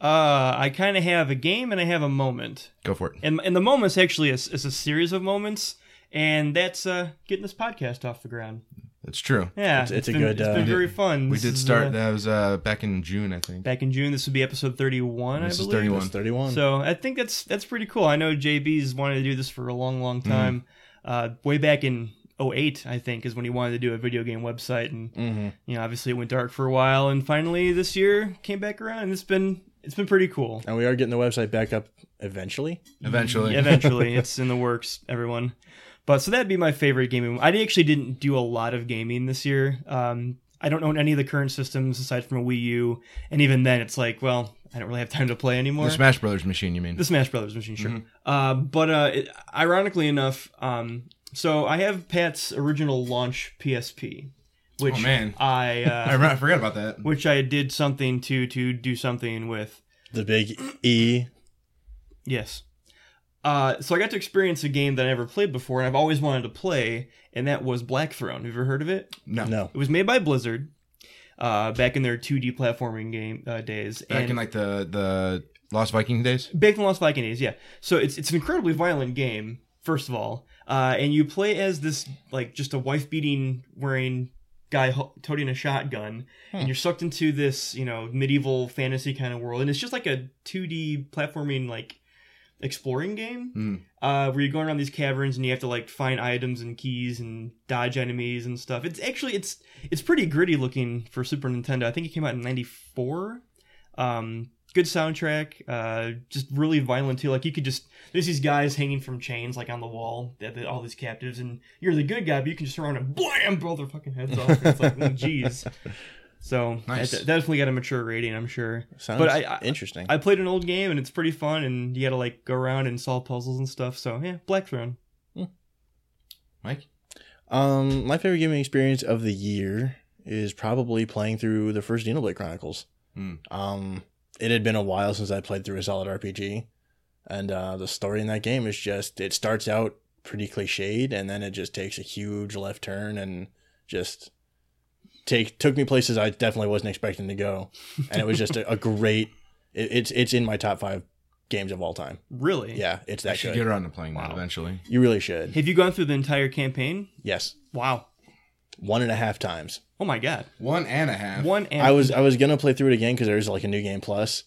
Speaker 2: Uh, I kind of have a game and I have a moment,
Speaker 1: Go for it.
Speaker 2: and and the moment's actually a, it's a series of moments, and that's uh getting this podcast off the ground.
Speaker 1: That's true.
Speaker 2: Yeah,
Speaker 3: It's- it's a
Speaker 2: been,
Speaker 3: good,
Speaker 2: It's
Speaker 3: uh,
Speaker 2: been very fun.
Speaker 1: We
Speaker 2: This
Speaker 1: did
Speaker 2: is,
Speaker 1: start.
Speaker 2: uh,
Speaker 1: that was uh, back in June, I think.
Speaker 2: back in June. This would be episode thirty-one.
Speaker 1: This
Speaker 2: I
Speaker 1: is
Speaker 2: believe.
Speaker 1: 31.
Speaker 3: It's 31.
Speaker 2: So I think that's that's pretty cool. I know JB's wanted to do this for a long, long time. Uh, way back in 08, I think, is when he wanted to do a video game website, and
Speaker 3: mm-hmm.
Speaker 2: you know, obviously it went dark for a while, and finally this year came back around. And it's been it's been pretty cool.
Speaker 3: And we are getting the website back up eventually.
Speaker 1: Eventually,
Speaker 2: Eventually, it's in the works, everyone. But so that'd be my favorite gaming. I actually didn't do a lot of gaming this year. Um, I don't own any of the current systems aside from a Wii U, and even then, it's like, well, I don't really have time to play anymore.
Speaker 1: the Smash Brothers machine. You mean?
Speaker 2: The Smash Brothers machine, sure.
Speaker 1: Mm-hmm.
Speaker 2: Uh, but uh, it- ironically enough, um, so I have Pat's original launch PSP, which
Speaker 1: Oh, man.
Speaker 2: I,
Speaker 1: I,
Speaker 2: uh,
Speaker 1: remember, I forgot about that.
Speaker 2: which I did something to to do something with.
Speaker 3: The big E.
Speaker 2: Yes. Uh, so I got to experience a game that I never played before, and I've always wanted to play, and that was Blackthorn. Have you ever heard of it?
Speaker 1: No,
Speaker 3: No.
Speaker 2: It was made by Blizzard uh, back in their 2D platforming game uh, days.
Speaker 1: back
Speaker 2: and
Speaker 1: in like the the Lost Viking days.
Speaker 2: Back in Lost Viking days, yeah. So it's it's an incredibly violent game, first of all, uh, and you play as this like just a wife beating wearing guy ho- toting a shotgun, and you're sucked into this you know medieval fantasy kind of world, and it's just like a 2D platforming like exploring game
Speaker 1: Mm.
Speaker 2: uh, where you're going around these caverns and you have to like find items and keys and dodge enemies and stuff. It's actually it's it's pretty gritty looking for Super Nintendo. I think it came out in '94. Um, good soundtrack. Uh, just really violent too. Like you could just there's these guys hanging from chains like on the wall. that- that- All these captives and you're the good guy, but you can just run around and blam blow their fucking heads off. It's like, oh, geez. So
Speaker 1: Nice.
Speaker 2: that- that definitely got a mature rating, I'm sure.
Speaker 3: Sounds
Speaker 2: But I- I-
Speaker 3: interesting.
Speaker 2: I played an old game and it's pretty fun, and you got to like go around and solve puzzles and stuff. So yeah, Black Throne.
Speaker 1: Mike,
Speaker 3: um, my favorite gaming experience of the year is probably playing through the first Xenoblade Chronicles.
Speaker 1: Hmm.
Speaker 3: Um, it had been a while since I played through a solid RPG, and uh, the story in that game is just it starts out pretty cliched, and then it just takes a huge left turn and just take took me places I definitely wasn't expecting to go, and it was just a, a great. It, it's it's in my top five games of all time.
Speaker 2: Really?
Speaker 3: Yeah, it's
Speaker 1: I
Speaker 3: that
Speaker 1: should
Speaker 3: good.
Speaker 1: get around to playing
Speaker 2: Wow.
Speaker 1: that eventually.
Speaker 3: you really should.
Speaker 2: Have you gone through the entire campaign?
Speaker 3: Yes,
Speaker 2: Wow.
Speaker 3: one and a half times.
Speaker 2: Oh my god.
Speaker 1: One and a half.
Speaker 2: One and
Speaker 3: I was I was gonna play through it again because there's like a new game plus.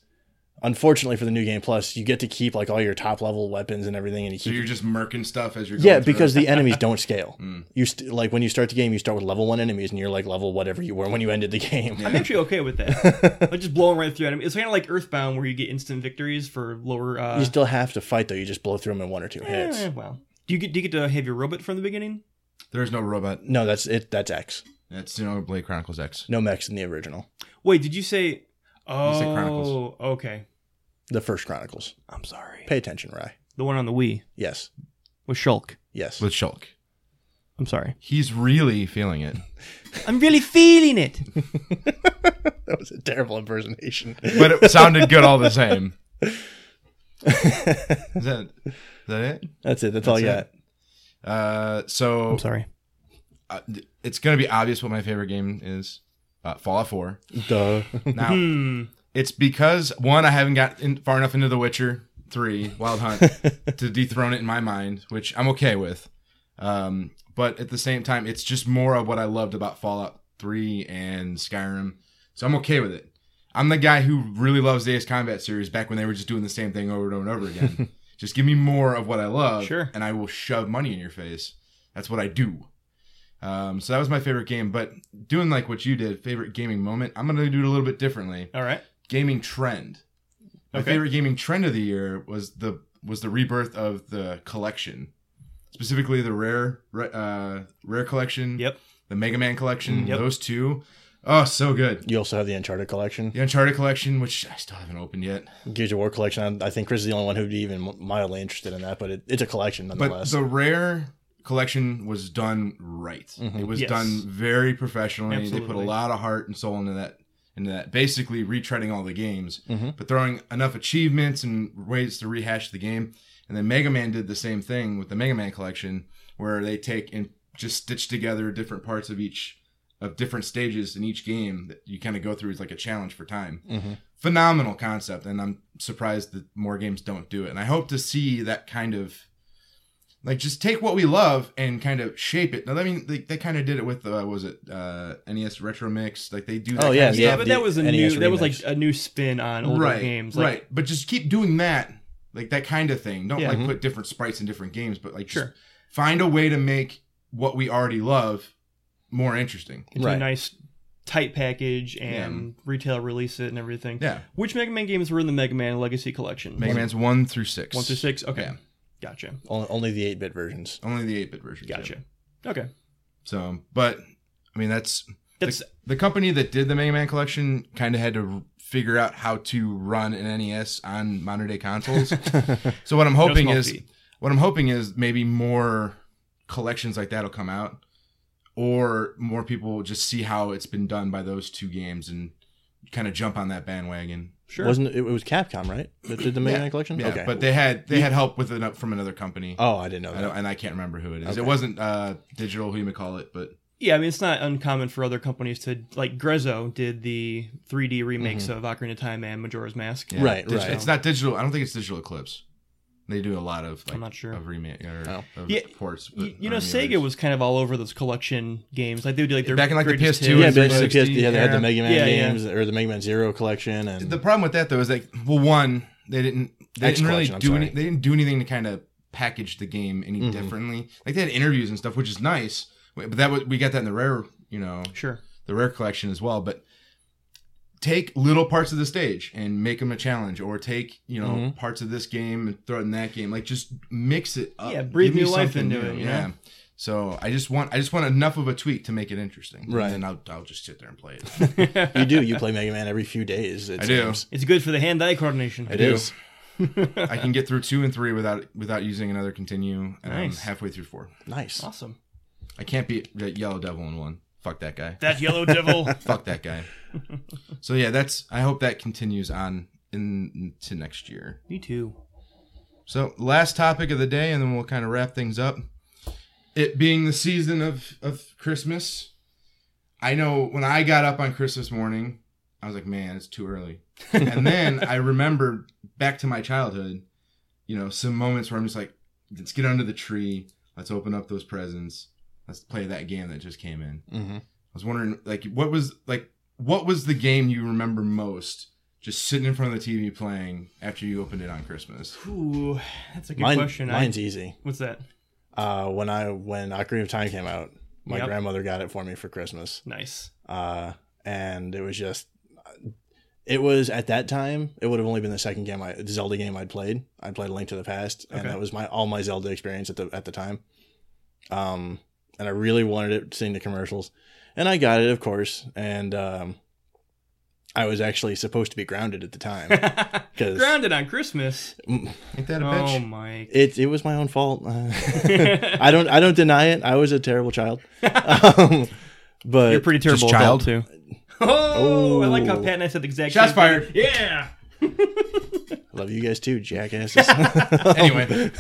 Speaker 3: Unfortunately for the new game plus, you get to keep like all your top level weapons and everything, and you
Speaker 1: So
Speaker 3: keep
Speaker 1: you're just murking stuff as you're going
Speaker 3: Yeah,
Speaker 1: through?
Speaker 3: because the enemies don't scale.
Speaker 1: Mm.
Speaker 3: You st- like when you start the game, you start with level one enemies, and you're like level whatever you were when you ended the game.
Speaker 2: I'm actually okay with that. I just blow 'em right through them. It's kind of like Earthbound, where you get instant victories for lower. Uh,
Speaker 3: you still have to fight though. You just blow through them in one or two hits.
Speaker 2: eh, well, do you get do you get to have your robot from the beginning?
Speaker 1: There's no robot.
Speaker 3: No, that's it. That's X.
Speaker 1: That's you know Blade Chronicles X.
Speaker 3: No Mex in the original,
Speaker 2: Wait, did you say?
Speaker 1: You said
Speaker 2: Oh,
Speaker 1: Chronicles.
Speaker 2: okay.
Speaker 3: the first Chronicles.
Speaker 2: I'm sorry.
Speaker 3: Pay attention, Rye.
Speaker 2: The one on the Wii
Speaker 3: Yes,
Speaker 2: with Shulk.
Speaker 3: yes.
Speaker 1: With Shulk.
Speaker 2: I'm sorry.
Speaker 1: He's really feeling it.
Speaker 2: I'm really feeling it.
Speaker 3: that was a terrible impersonation.
Speaker 1: But it sounded good all the same. is that is that it?
Speaker 3: That's it. That's, all you got.
Speaker 1: it. Uh so
Speaker 2: I'm sorry.
Speaker 1: uh, th- it's gonna be obvious what my favorite game is. Uh, Fallout 4.
Speaker 3: Duh.
Speaker 1: Now
Speaker 2: Hmm.
Speaker 1: It's because one, I haven't got in, far enough into The Witcher Three, Wild Hunt, to dethrone it in my mind, which I'm okay with. Um, but at the same time, it's just more of what I loved about Fallout Three and Skyrim, so I'm okay with it. I'm the guy who really loves the Ace Combat series back when they were just doing the same thing over and over again. just give me more of what I love,
Speaker 2: Sure.
Speaker 1: and I will shove money in your face. That's what I do. Um, so that was my favorite game, but doing like what you did, favorite gaming moment, I'm gonna do it a little bit differently
Speaker 2: All right.
Speaker 1: gaming trend. My
Speaker 2: Okay.
Speaker 1: favorite gaming trend of the year was the was the rebirth of the collection, specifically the rare re- uh, rare collection.
Speaker 2: Yep.
Speaker 1: The Mega Man collection.
Speaker 2: Yep.
Speaker 1: Those two. Oh, so good.
Speaker 3: You also have the Uncharted collection,
Speaker 1: The Uncharted collection, which I still haven't opened yet,
Speaker 3: Gears of War collection. I I think Chris is the only one who'd be even mildly interested in that, but it, it's a collection
Speaker 1: but
Speaker 3: nonetheless.
Speaker 1: the rare collection was done right.
Speaker 3: Mhm.
Speaker 1: It was
Speaker 2: Yes.
Speaker 1: done very professionally. They put
Speaker 2: Absolutely.
Speaker 1: a lot of heart and soul into that. Into that, basically retreading all the games.
Speaker 3: Mhm.
Speaker 1: but throwing enough achievements and ways to rehash the game. And then Mega Man did the same thing with the Mega Man collection, where they take and just stitch together different parts of each of different stages in each game that you kind of go through as like a challenge for time.
Speaker 3: Mhm.
Speaker 1: Phenomenal concept, and I'm surprised that more games don't do it. And I hope to see that kind of like just take what we love and kind of shape it. Now, I mean, they, they kind of did it with uh, what was it uh, NES Retro Mix? Like they do. That
Speaker 3: Oh,
Speaker 1: kind
Speaker 3: yeah,
Speaker 1: of
Speaker 3: yeah.
Speaker 1: stuff.
Speaker 2: Yeah, but that was a
Speaker 3: the
Speaker 2: new.
Speaker 3: NES
Speaker 2: That was like
Speaker 3: remix.
Speaker 2: a new spin on older games. Like,
Speaker 1: right. But just keep doing that, like that kind of thing. Don't
Speaker 2: Yeah. mm-hmm.
Speaker 1: like put different sprites in different games, but like
Speaker 2: Sure.
Speaker 1: just find a way to make what we already love more interesting.
Speaker 2: Into
Speaker 3: Right.
Speaker 2: a nice tight package and retail release it and everything.
Speaker 1: Yeah,
Speaker 2: Which Mega Man games were in the Mega Man Legacy Collection?
Speaker 1: Mega Man's one through six.
Speaker 2: one through six. Okay,
Speaker 1: Yeah.
Speaker 2: gotcha,
Speaker 3: only, only the eight bit versions.
Speaker 1: Only the eight bit version.
Speaker 2: gotcha. Okay,
Speaker 1: So, but I mean, that's
Speaker 2: that's
Speaker 1: the company that did the Mega Man collection. Kind of had to figure out how to run an NES on modern day consoles. so what I'm
Speaker 2: no
Speaker 1: hoping
Speaker 2: small
Speaker 1: is
Speaker 2: feat.
Speaker 1: what I'm hoping is maybe more collections like that'll come out, or more people will just see how it's been done by those two games and kind of jump on that bandwagon.
Speaker 2: sure.
Speaker 3: Wasn't it, it was Capcom, right? That did the Mega
Speaker 1: Yeah.
Speaker 3: Man collection?
Speaker 1: Yeah, but they had they had help with it from another company.
Speaker 3: Mm-hmm. oh, I didn't know
Speaker 1: I
Speaker 3: that.
Speaker 1: don't, and I can't remember who it is.
Speaker 3: Okay.
Speaker 1: It wasn't uh, digital, who you might call it, but
Speaker 2: yeah, I mean it's not uncommon for other companies to like Grezzo did the 3D remakes of Ocarina of Time and Majora's Mask.
Speaker 1: yeah,
Speaker 3: Mm-hmm. Right,
Speaker 1: digi-
Speaker 3: right.
Speaker 1: It's not digital. I don't think it's digital Eclipse. They do a lot of like
Speaker 2: I'm not sure.
Speaker 1: of remake or
Speaker 3: Oh.
Speaker 1: of
Speaker 2: Yeah,
Speaker 1: ports. but-
Speaker 2: Y- You know,
Speaker 1: or
Speaker 2: Sega
Speaker 1: remakes.
Speaker 2: was kind of all over those collection games. Like they would do like their
Speaker 1: Back in, like, the
Speaker 2: greatest
Speaker 1: PS2
Speaker 3: yeah,
Speaker 2: hits.
Speaker 1: and
Speaker 3: but the PS,
Speaker 1: 360
Speaker 3: yeah, they had the
Speaker 1: era.
Speaker 3: Mega Man
Speaker 2: Yeah, yeah.
Speaker 3: games or the Mega Man Zero collection, and
Speaker 1: the problem with that though is like well one they didn't they
Speaker 3: X
Speaker 1: didn't really
Speaker 3: Collection, I'm
Speaker 1: do any,
Speaker 3: sorry.
Speaker 1: they didn't do anything to kind of package the game any
Speaker 3: Mhm.
Speaker 1: differently like they had interviews and stuff which is nice but that was, we got that in the rare you know
Speaker 2: Sure.
Speaker 1: the rare collection as well but take little parts of the stage and make them a challenge or take you know
Speaker 3: Mhm.
Speaker 1: parts of this game and throw it in that game like just mix it up
Speaker 2: Yeah, breathe
Speaker 1: Give me
Speaker 2: new life
Speaker 1: something
Speaker 2: into it, you know?
Speaker 1: so i just want i just want enough of a tweak to make it interesting
Speaker 3: Right.
Speaker 1: and then I'll, I'll just sit there and play it
Speaker 2: it's
Speaker 3: you do you play Mega Man every few days. It
Speaker 1: I do.
Speaker 3: seems.
Speaker 2: good for the hand-eye coordination.
Speaker 3: It
Speaker 1: do.
Speaker 3: is.
Speaker 1: I can get through two and three without without using another continue, and I'm
Speaker 2: Nice.
Speaker 1: halfway through four.
Speaker 3: nice.
Speaker 2: Awesome.
Speaker 1: I can't beat that Yellow Devil in one. Fuck that guy.
Speaker 2: That yellow devil.
Speaker 1: Fuck that guy. so yeah, that's. I hope that continues on in to next year.
Speaker 2: Me too.
Speaker 1: So last topic of the day, and then we'll kind of wrap things up. It being the season of of Christmas, I know when I got up on Christmas morning, I was like, man, it's too early. and then I remembered back to my childhood, you know, some moments where I'm just like, let's get under the tree, let's open up those presents, let's play that game that just came in.
Speaker 3: Mm-hmm.
Speaker 1: I was wondering, like, what was like, what was the game you remember most? Just sitting in front of the TV playing after you opened it on Christmas.
Speaker 2: Ooh, that's a good
Speaker 3: Mine,
Speaker 2: question. I,
Speaker 3: mine's easy.
Speaker 2: what's that?
Speaker 3: Uh, when I when Ocarina of Time came out, my
Speaker 2: Yep.
Speaker 3: grandmother got it for me for Christmas.
Speaker 2: Nice.
Speaker 3: uh, and it was just it was at that time it would have only been the second game I Zelda game I'd played. I played A Link to the Past, and
Speaker 2: Okay.
Speaker 3: that was my all my Zelda experience at the at the time. Um, and I really wanted it, seeing the commercials, and I got it, of course, and um, I was actually supposed to be grounded at the time because
Speaker 2: Grounded on Christmas.
Speaker 1: Ain't that a
Speaker 2: Oh
Speaker 1: bitch?
Speaker 2: my.
Speaker 3: it it was my own fault. I don't I don't deny it. I was a terrible child, um, but
Speaker 2: You're pretty
Speaker 1: Just
Speaker 2: terrible
Speaker 1: child.
Speaker 2: child too. Oh, I like how Pat and I said the exact.
Speaker 1: Shots
Speaker 2: same
Speaker 1: fired.
Speaker 2: thing. Yeah.
Speaker 3: Love you guys too, jackasses.
Speaker 2: Oh.
Speaker 1: Anyway.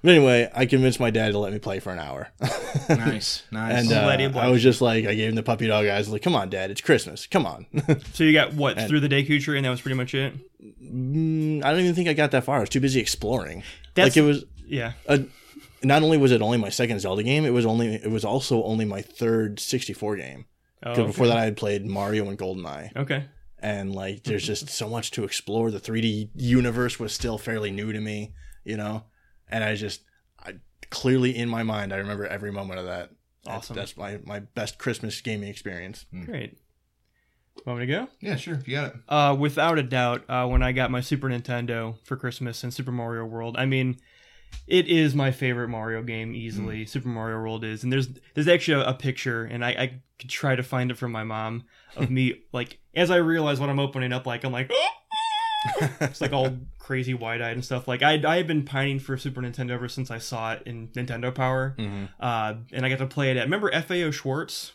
Speaker 3: but anyway, I convinced my dad to let me play for an hour.
Speaker 1: Nice, nice.
Speaker 3: and
Speaker 2: Let him
Speaker 3: uh,
Speaker 2: watch
Speaker 3: I was just like, I gave him the puppy dog eyes. Like, come on, dad, it's Christmas. Come on.
Speaker 2: So you got what through the day coocher, and that was pretty much it.
Speaker 3: Mm, I don't even think I got that far. I was too busy exploring.
Speaker 2: That's-
Speaker 3: like it was.
Speaker 2: Yeah.
Speaker 3: A, not only was it only my second Zelda game, it was only it was also only my third 64 game.
Speaker 2: Oh,
Speaker 3: 'Cause
Speaker 2: okay.
Speaker 3: before that, I had played Mario and Goldeneye,
Speaker 2: Okay.
Speaker 3: and like, there's just so much to explore. The 3D universe was still fairly new to me, you know, and I just, I clearly in my mind, I remember every moment of that. That's-
Speaker 2: Awesome.
Speaker 3: That's, my my best Christmas gaming experience.
Speaker 2: Great. Want me to go?
Speaker 1: yeah, sure. If you got it.
Speaker 2: Uh, without a doubt, uh, when I got my Super Nintendo for Christmas and Super Mario World, I mean, it is my favorite Mario game easily.
Speaker 1: Mm.
Speaker 2: Super Mario World is, and there's there's actually a, a picture, and I, I could try to find it from my mom of me like as I realize what I'm opening up, like I'm like. "Oh!" it's like all crazy wide eyed and stuff. Like I I had been pining for Super Nintendo ever since I saw it in Nintendo Power,
Speaker 1: Hmm.
Speaker 3: Mm-hmm.
Speaker 2: uh, and I got to play it at. Remember FAO Schwartz?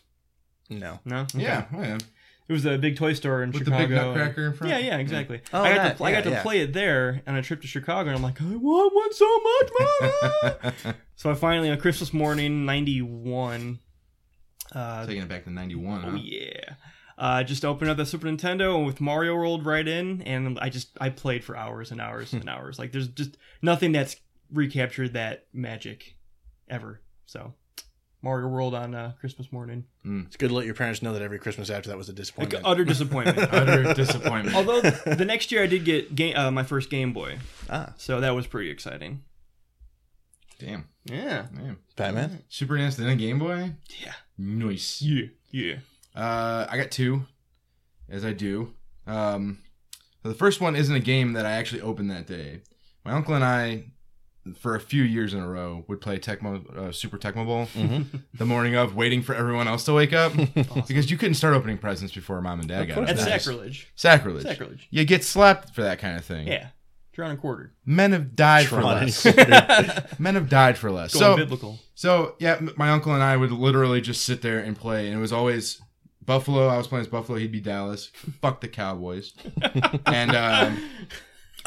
Speaker 3: No.
Speaker 2: No, Okay.
Speaker 1: Yeah, I am.
Speaker 2: It was a big toy store in
Speaker 1: With the
Speaker 2: Chicago.
Speaker 1: big
Speaker 2: and-
Speaker 1: nutcracker in front.
Speaker 2: yeah, yeah, exactly.
Speaker 3: Oh,
Speaker 2: I got
Speaker 3: that,
Speaker 2: to pl- I got
Speaker 3: yeah,
Speaker 2: to
Speaker 3: yeah.
Speaker 2: play it there on a trip to Chicago, and I'm like, I want one so much, mama. so I finally on Christmas morning '91. Uh,
Speaker 1: Taking it back to '91.
Speaker 2: oh yeah, uh, just opened up the Super Nintendo with Mario rolled right in, and I just I played for hours and hours and hours. Like there's just nothing that's recaptured that magic ever. So. Mario World on uh, Christmas morning.
Speaker 3: It's good to let your parents know that every Christmas after that was a
Speaker 2: Like uh,
Speaker 3: disappointment.
Speaker 2: utter disappointment.
Speaker 1: Utter disappointment.
Speaker 2: Although the next year I did get ga- uh, my first Game Boy,
Speaker 3: ah,
Speaker 2: so that was pretty exciting.
Speaker 1: Damn,
Speaker 2: Yeah.
Speaker 1: damn.
Speaker 3: Batman.
Speaker 1: Super E NES then a Game Boy.
Speaker 2: Yeah.
Speaker 1: Nice.
Speaker 2: Yeah. Yeah.
Speaker 1: Uh, I got two, as I do. Um, so the first one isn't a game that I actually opened that day. My uncle and I, for a few years in a row, would play Tecmo uh, Super Tecmo Bowl
Speaker 2: Mm-hmm.
Speaker 1: the morning of, waiting for everyone else to wake up because you couldn't start opening presents before mom and dad
Speaker 3: Of
Speaker 1: got
Speaker 3: course
Speaker 1: up.
Speaker 2: That's
Speaker 3: Nice.
Speaker 2: sacrilege.
Speaker 1: Sacrilege.
Speaker 2: Sacrilege.
Speaker 1: You get slapped for that kind of thing.
Speaker 2: Yeah. Drawn and quartered.
Speaker 1: Men have died for
Speaker 3: Tron.
Speaker 1: less. Men have died for less.
Speaker 2: Going
Speaker 1: so
Speaker 2: biblical.
Speaker 1: so yeah, m- my uncle and I would literally just sit there and play, and it was always Buffalo. I was playing as Buffalo; he'd be Dallas. Fuck the Cowboys. and um,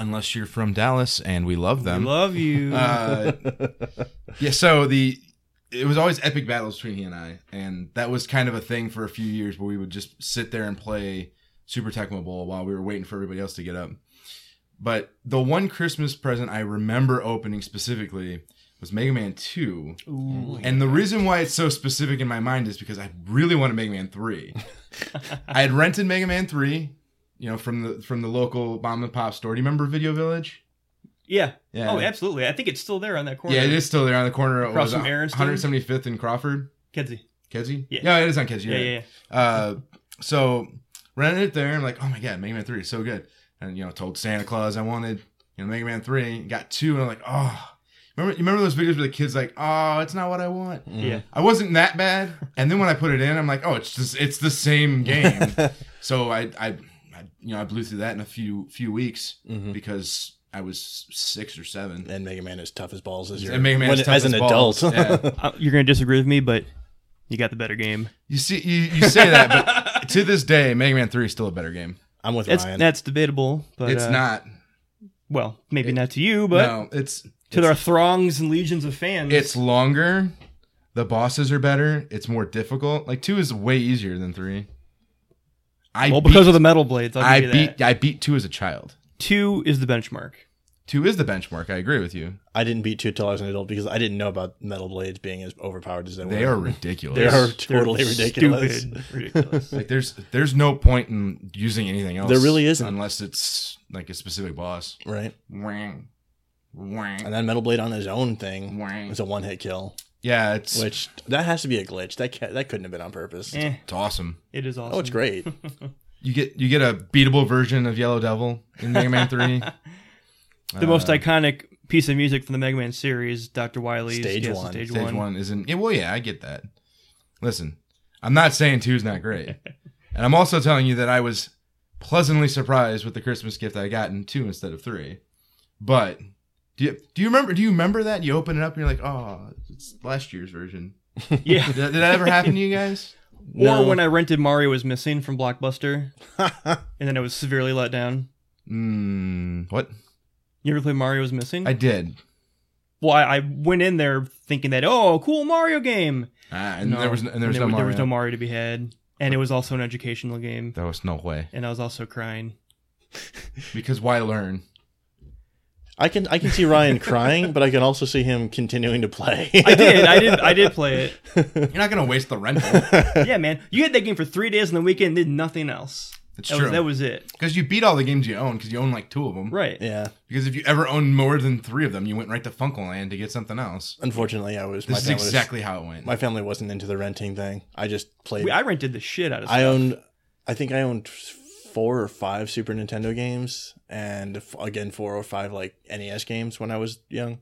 Speaker 1: unless you're from Dallas, and we love them,
Speaker 2: Love you.
Speaker 1: uh, yeah, so the it was always epic battles between he and I, and that was kind of a thing for a few years where we would just sit there and play Super Tecmo Bowl while we were waiting for everybody else to get up. But the one Christmas present I remember opening specifically was Mega Man Two,
Speaker 2: Ooh.
Speaker 1: and the reason why it's so specific in my mind is because I really wanted Mega Man Three. I had rented Mega Man Three, you know, from the from the local bomb and pop store. Do you remember Video Village?
Speaker 2: Yeah.
Speaker 1: Yeah.
Speaker 2: Oh, absolutely. I think it's still there on that corner.
Speaker 1: Yeah, it is still there on the corner. It
Speaker 2: Across
Speaker 1: was
Speaker 2: from
Speaker 1: on-
Speaker 2: Aronston?
Speaker 1: 175th and Crawford.
Speaker 2: Kedzie.
Speaker 1: Kedzie?
Speaker 2: Yeah.
Speaker 1: it is on Kedzie.
Speaker 2: Yeah,
Speaker 1: Yeah,
Speaker 2: yeah, yeah.
Speaker 1: Uh, so rented it there. I'm like, oh my god, Mega Man Three is so good. And you know, told Santa Claus I wanted you know Mega Man Three. Got two, and I'm like, oh. Remember, you remember those videos where the kids like, oh, it's not what I want.
Speaker 2: Yeah.
Speaker 1: I wasn't that bad, and then when I put it in, I'm like, oh, it's just it's the same game. so I, I, I, you know, I blew through that in a few few weeks
Speaker 2: Mm.
Speaker 3: Mhm.
Speaker 1: because I was six or seven.
Speaker 3: And Mega Man is tough as balls as your
Speaker 1: And Mega Man
Speaker 3: when- as an adult.
Speaker 1: Yeah.
Speaker 2: Uh, you're going to disagree with me, but you got the better game.
Speaker 1: You see, you, you say that, but to this day, Mega Man Three is still a better game.
Speaker 3: I'm with
Speaker 2: That's,
Speaker 3: Ryan.
Speaker 2: that's debatable, but
Speaker 1: it's
Speaker 2: uh,
Speaker 1: not.
Speaker 2: Well, maybe not to you, but
Speaker 1: no, it's
Speaker 2: to our throngs and legions of fans.
Speaker 1: it's longer. The bosses are better. It's more difficult. Like two is way easier than three. I
Speaker 2: well,
Speaker 1: beat,
Speaker 2: because of the metal blades, I'll
Speaker 1: I
Speaker 2: give you that.
Speaker 1: beat I beat two as a child.
Speaker 2: Two is the benchmark.
Speaker 1: Two is the benchmark. I agree with you.
Speaker 3: I didn't beat two till I was an adult because I didn't know about metal blades being as overpowered as they,
Speaker 1: They
Speaker 3: were.
Speaker 1: are ridiculous.
Speaker 3: They are
Speaker 2: They're
Speaker 3: totally ridiculous.
Speaker 2: Stupid, ridiculous.
Speaker 1: like there's there's no point in using anything else.
Speaker 3: There really isn't.
Speaker 1: unless it's like a specific boss.
Speaker 3: Right.
Speaker 1: Wang,
Speaker 3: And
Speaker 1: wang,
Speaker 3: then metal blade on his own thing
Speaker 1: wang.
Speaker 3: was a one hit kill,
Speaker 1: Yeah, it's
Speaker 3: which that has to be a glitch. That ca- that couldn't have been on purpose.
Speaker 2: Eh,
Speaker 1: it's awesome.
Speaker 2: it is awesome.
Speaker 3: Oh, it's great.
Speaker 1: You get you get a beatable version of Yellow Devil in Mega Man Three. Uh,
Speaker 2: the most iconic piece of music from the Mega Man series, Dr. Wily's
Speaker 3: Stage
Speaker 2: Yes,
Speaker 3: one.
Speaker 2: Stage,
Speaker 1: Stage
Speaker 2: one.
Speaker 1: one, isn't. Yeah, well, yeah, I get that. Listen, I'm not saying two's not great, and I'm also telling you that I was pleasantly surprised with the Christmas gift I got in two instead of three. But do you do you remember? Do you remember that you open it up and you're like, oh, it's last year's version.
Speaker 2: Yeah.
Speaker 1: Did, that- did that ever happen to you guys?
Speaker 2: Or when I rented Mario is Missing from Blockbuster, and then I was severely let down.
Speaker 1: Mm, what
Speaker 2: You ever play Mario is Missing?
Speaker 1: I did.
Speaker 2: well, I, I went in there thinking that, oh, cool Mario game.
Speaker 1: Ah, and there was and there was no
Speaker 2: wa-
Speaker 1: Mario.
Speaker 2: there was no Mario to be had. And it was also an educational game.
Speaker 1: There was no way
Speaker 2: And I was also crying.
Speaker 1: because why learn?
Speaker 3: I can I can see Ryan crying, but I can also see him continuing to play.
Speaker 2: I did. I did. I did play it.
Speaker 1: You're not gonna waste the rental.
Speaker 2: Yeah, man. You had that game for three days on the weekend, did nothing else.
Speaker 1: It's
Speaker 2: That
Speaker 1: true
Speaker 2: was, that was it.
Speaker 1: because you beat all the games you own because you own like two of them.
Speaker 2: Right.
Speaker 3: yeah.
Speaker 1: Because if you ever owned more than three of them, you went right to Funko Land to get something else.
Speaker 3: Unfortunately, I was.
Speaker 1: This is
Speaker 3: family was-
Speaker 1: exactly how it went.
Speaker 3: my family wasn't into the renting thing. I just played.
Speaker 2: We, I rented the shit out of
Speaker 3: I
Speaker 2: stuff.
Speaker 3: owned, I think I owned four or five Super Nintendo games, and f- again four or five like NES games when I was young.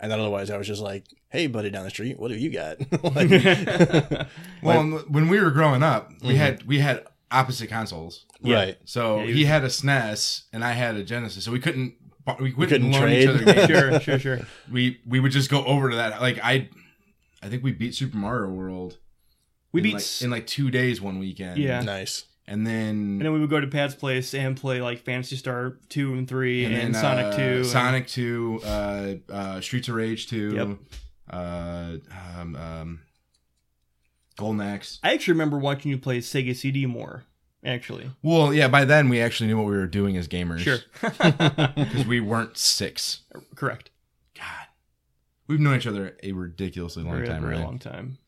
Speaker 3: And then otherwise, I was just like, "Hey, buddy down the street, what have you got?" Like-
Speaker 1: well, and when we were growing up, we had we had opposite consoles.
Speaker 2: Yeah.
Speaker 3: right?
Speaker 1: So
Speaker 2: Mm-hmm. Yeah, you-
Speaker 1: he had a SNES and I had a Genesis. So we couldn't bu- we couldn't,
Speaker 3: couldn't
Speaker 1: loan each
Speaker 3: trade.
Speaker 1: other games.
Speaker 2: sure, sure, sure.
Speaker 1: we we would just go over to that. Like I, I think we beat Super Mario World.
Speaker 2: We
Speaker 1: in
Speaker 2: beat.
Speaker 1: like,
Speaker 2: s-
Speaker 1: in like two days one weekend.
Speaker 2: Yeah.
Speaker 3: Nice.
Speaker 1: and then
Speaker 2: and then we would go to Pat's place and play like Fantasy Star 2 and 3 and,
Speaker 1: then,
Speaker 2: Sonic
Speaker 1: uh,
Speaker 2: 2. and-
Speaker 1: Sonic Two, uh, uh, Streets of Rage Two,
Speaker 2: Yep.
Speaker 1: uh, um, um, Golden Axe.
Speaker 2: I actually remember watching you play Sega CD more, actually.
Speaker 1: Well, yeah. By then, we actually knew what we were doing as gamers.
Speaker 2: Sure.
Speaker 1: because we weren't six.
Speaker 2: Correct.
Speaker 1: God, we've known each other a ridiculously long
Speaker 2: very,
Speaker 1: time.
Speaker 2: very
Speaker 1: Right?
Speaker 2: long time.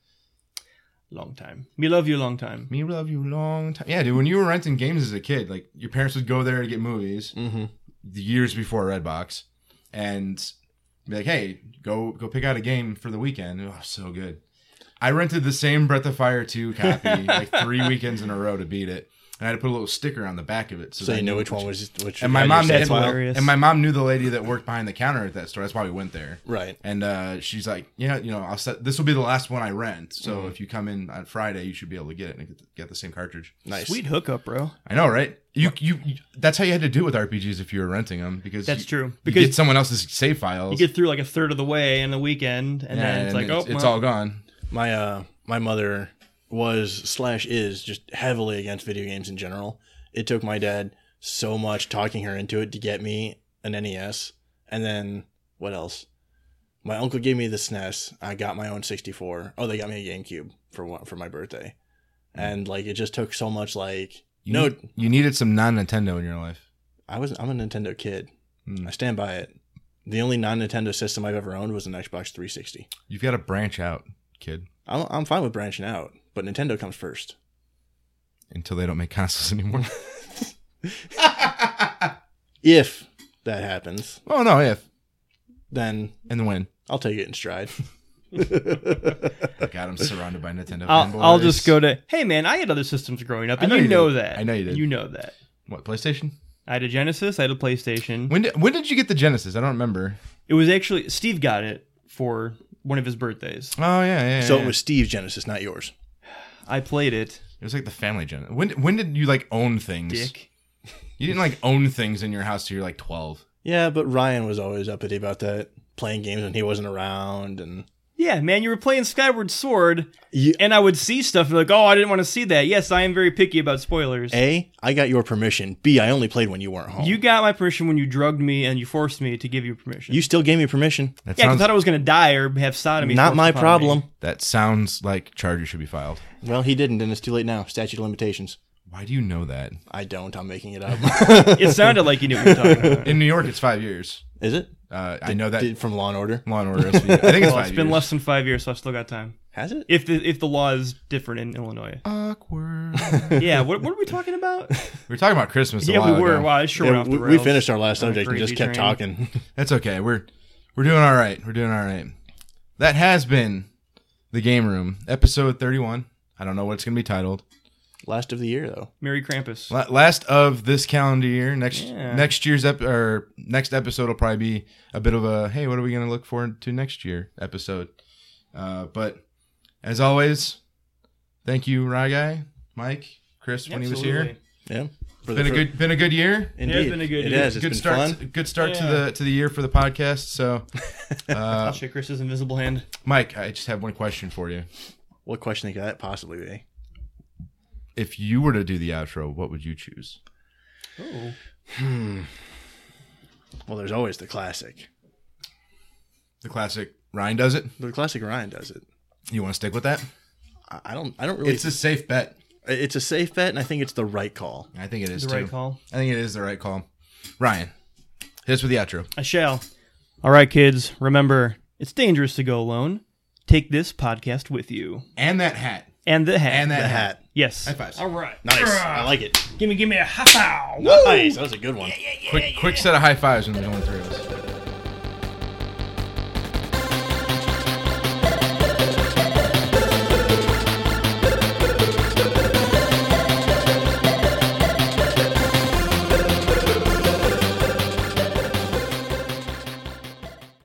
Speaker 2: Long time. We love you long time.
Speaker 1: Me love you long time. Yeah, dude. When you were renting games as a kid, like your parents would go there to get movies
Speaker 3: Mm-hmm.
Speaker 1: the years before Redbox, and be like, "Hey, go go pick out a game for the weekend." Oh, so good. I rented the same Breath of Fire two copy like three weekends in a row to beat it, and I had to put a little sticker on the back of it
Speaker 3: So,
Speaker 1: that I
Speaker 3: you know which one was which.
Speaker 1: And my
Speaker 3: had
Speaker 1: mom
Speaker 3: your
Speaker 1: did,
Speaker 2: That's
Speaker 3: style.
Speaker 2: hilarious.
Speaker 1: and my mom knew the lady that worked behind the counter at that store. That's why we went there.
Speaker 3: Right.
Speaker 1: And uh, she's like, yeah, you know, I'll set. This will be the last one I rent. So if you come in on Friday, you should be able to get it and get the, get the same cartridge.
Speaker 3: Nice.
Speaker 2: Sweet hookup, bro.
Speaker 1: I know, right? You, you you that's how you had to do it with RPGs if you were renting them because
Speaker 2: That's
Speaker 1: you,
Speaker 2: true.
Speaker 1: Because
Speaker 2: Because
Speaker 1: you get someone else's save files.
Speaker 2: you get through like a third of the way in the weekend, and
Speaker 1: Yeah,
Speaker 2: then it's like,
Speaker 1: it's,
Speaker 2: oh,
Speaker 1: it's
Speaker 2: well,
Speaker 1: all gone.
Speaker 3: my uh my mother was slash is just heavily against video games in general. It took my dad so much talking her into it to get me an NES, and then what else? My uncle gave me the SNES. I got my own 64. Oh, they got me a GameCube for one, for my birthday, and like it just took so much. Like
Speaker 1: You
Speaker 3: no,
Speaker 1: need- you needed some non Nintendo in your life.
Speaker 3: I was I'm a Nintendo kid.
Speaker 1: Hmm.
Speaker 3: I stand by it. The only non Nintendo system I've ever owned was an Xbox 360.
Speaker 1: You've got to branch out, kid,
Speaker 3: I'm I'm fine with branching out, but Nintendo comes first.
Speaker 1: until they don't make consoles anymore.
Speaker 3: If that happens.
Speaker 1: oh no, if
Speaker 3: then
Speaker 1: and when.
Speaker 3: I'll take it in stride.
Speaker 1: God, I'm surrounded by Nintendo.
Speaker 2: I'll,
Speaker 1: fanboys.
Speaker 2: I'll just go to, hey man, I had other systems growing up,
Speaker 1: I
Speaker 2: and
Speaker 1: know
Speaker 2: you
Speaker 1: you
Speaker 2: know
Speaker 1: did.
Speaker 2: that.
Speaker 1: I know you did.
Speaker 2: You know that.
Speaker 1: What PlayStation?
Speaker 2: I had a Genesis, I had a PlayStation.
Speaker 1: When did, when did you get the Genesis? I don't remember.
Speaker 2: It was actually Steve got it for one of his birthdays.
Speaker 1: Oh yeah, yeah.
Speaker 3: so
Speaker 1: yeah.
Speaker 3: it was Steve's Genesis, not yours.
Speaker 2: I played it,
Speaker 1: It was like the family gen. When when did you like own things?
Speaker 2: Dick.
Speaker 1: You didn't like own things in your house till you're like twelve.
Speaker 3: Yeah, but Ryan was always uppity about that, playing games when he wasn't around, and
Speaker 2: Yeah, man, you were playing Skyward Sword,
Speaker 3: You,
Speaker 2: and I would see stuff and like, oh, I didn't want to see that. Yes, I am very picky about spoilers.
Speaker 3: A, I got your permission. B, I only played when you weren't home.
Speaker 2: you got my permission when you drugged me and you forced me to give you permission.
Speaker 3: you still gave me permission.
Speaker 1: That
Speaker 2: yeah, 'cause I
Speaker 1: sounds
Speaker 2: thought I was gonna die or have sodomy.
Speaker 3: Not
Speaker 2: forced
Speaker 3: my
Speaker 2: upon me.
Speaker 3: problem.
Speaker 1: that sounds like charges should be filed.
Speaker 3: Well, he didn't, and it's too late now. Statute of limitations.
Speaker 1: Why do you know that?
Speaker 3: I don't. I'm making it up.
Speaker 2: It sounded like you knew what you were talking about.
Speaker 1: In New York, it's five years.
Speaker 3: Is it?
Speaker 1: Uh, I know that
Speaker 3: Did, from Law and Order?
Speaker 1: Law and Order. SVU. I think it's
Speaker 2: Well,
Speaker 1: five
Speaker 2: it's been
Speaker 1: years.
Speaker 2: less than five years, so I still got time.
Speaker 3: Has it?
Speaker 2: If the if the law is different in Illinois,
Speaker 1: Awkward.
Speaker 2: yeah. What, what are we talking about?
Speaker 1: we were talking about Christmas. A
Speaker 2: yeah,
Speaker 1: while
Speaker 2: we were.
Speaker 1: ago.
Speaker 2: Wow, it sure
Speaker 3: Yeah,
Speaker 2: went off
Speaker 3: we,
Speaker 2: the
Speaker 3: we
Speaker 2: rails.
Speaker 3: finished our last
Speaker 2: On a
Speaker 3: subject and just
Speaker 2: crazy
Speaker 3: kept
Speaker 2: train.
Speaker 3: talking.
Speaker 1: That's okay. We're we're doing all right. We're doing all right. That has been the game room episode thirty-one. I don't know what it's going to be titled.
Speaker 3: last of the year, though.
Speaker 2: Mary Krampus.
Speaker 1: La- Last of this calendar year. Next
Speaker 2: Yeah.
Speaker 1: next year's ep- or next episode will probably be a bit of a hey, what are we going to look forward to next year episode. Uh, but as always, thank you, Rai Guy, Mike, Chris, when he was here.
Speaker 2: Absolutely.
Speaker 3: Yeah. For
Speaker 1: Been a good been a good year.
Speaker 3: Indeed.
Speaker 2: It has been a good
Speaker 3: It
Speaker 2: year.
Speaker 3: has. It's
Speaker 1: good
Speaker 3: been
Speaker 1: start.
Speaker 3: fun.
Speaker 1: To, good start to
Speaker 2: Yeah.
Speaker 1: the to the year for the podcast. So,
Speaker 2: I'll
Speaker 1: uh,
Speaker 2: shake Chris's invisible hand.
Speaker 1: Mike, I just have one question for you.
Speaker 3: What question could that possibly be?
Speaker 1: If you were to do the outro, what would you choose?
Speaker 2: Oh,
Speaker 3: Well, there's always the classic.
Speaker 1: The classic Ryan does it.
Speaker 3: The classic Ryan does it.
Speaker 1: You want to stick with that?
Speaker 3: I I don't. I don't really.
Speaker 1: It's a safe bet.
Speaker 3: it's a safe bet, and I think it's the right call.
Speaker 1: I think it is
Speaker 2: the
Speaker 1: too.
Speaker 2: right call.
Speaker 1: I think it is the right call. Ryan, hit us with the outro.
Speaker 2: I shall. All right, kids. Remember, it's dangerous to go alone. Take this podcast with you.
Speaker 1: And that hat.
Speaker 2: And the hat.
Speaker 1: And that
Speaker 3: The
Speaker 1: hat.
Speaker 3: hat.
Speaker 2: Yes.
Speaker 1: High fives.
Speaker 2: All right.
Speaker 3: Nice. I like it.
Speaker 2: Give me, give me a high five.
Speaker 3: Nice. That was a good one.
Speaker 1: Quick, quick set of high fives when there's only three of us.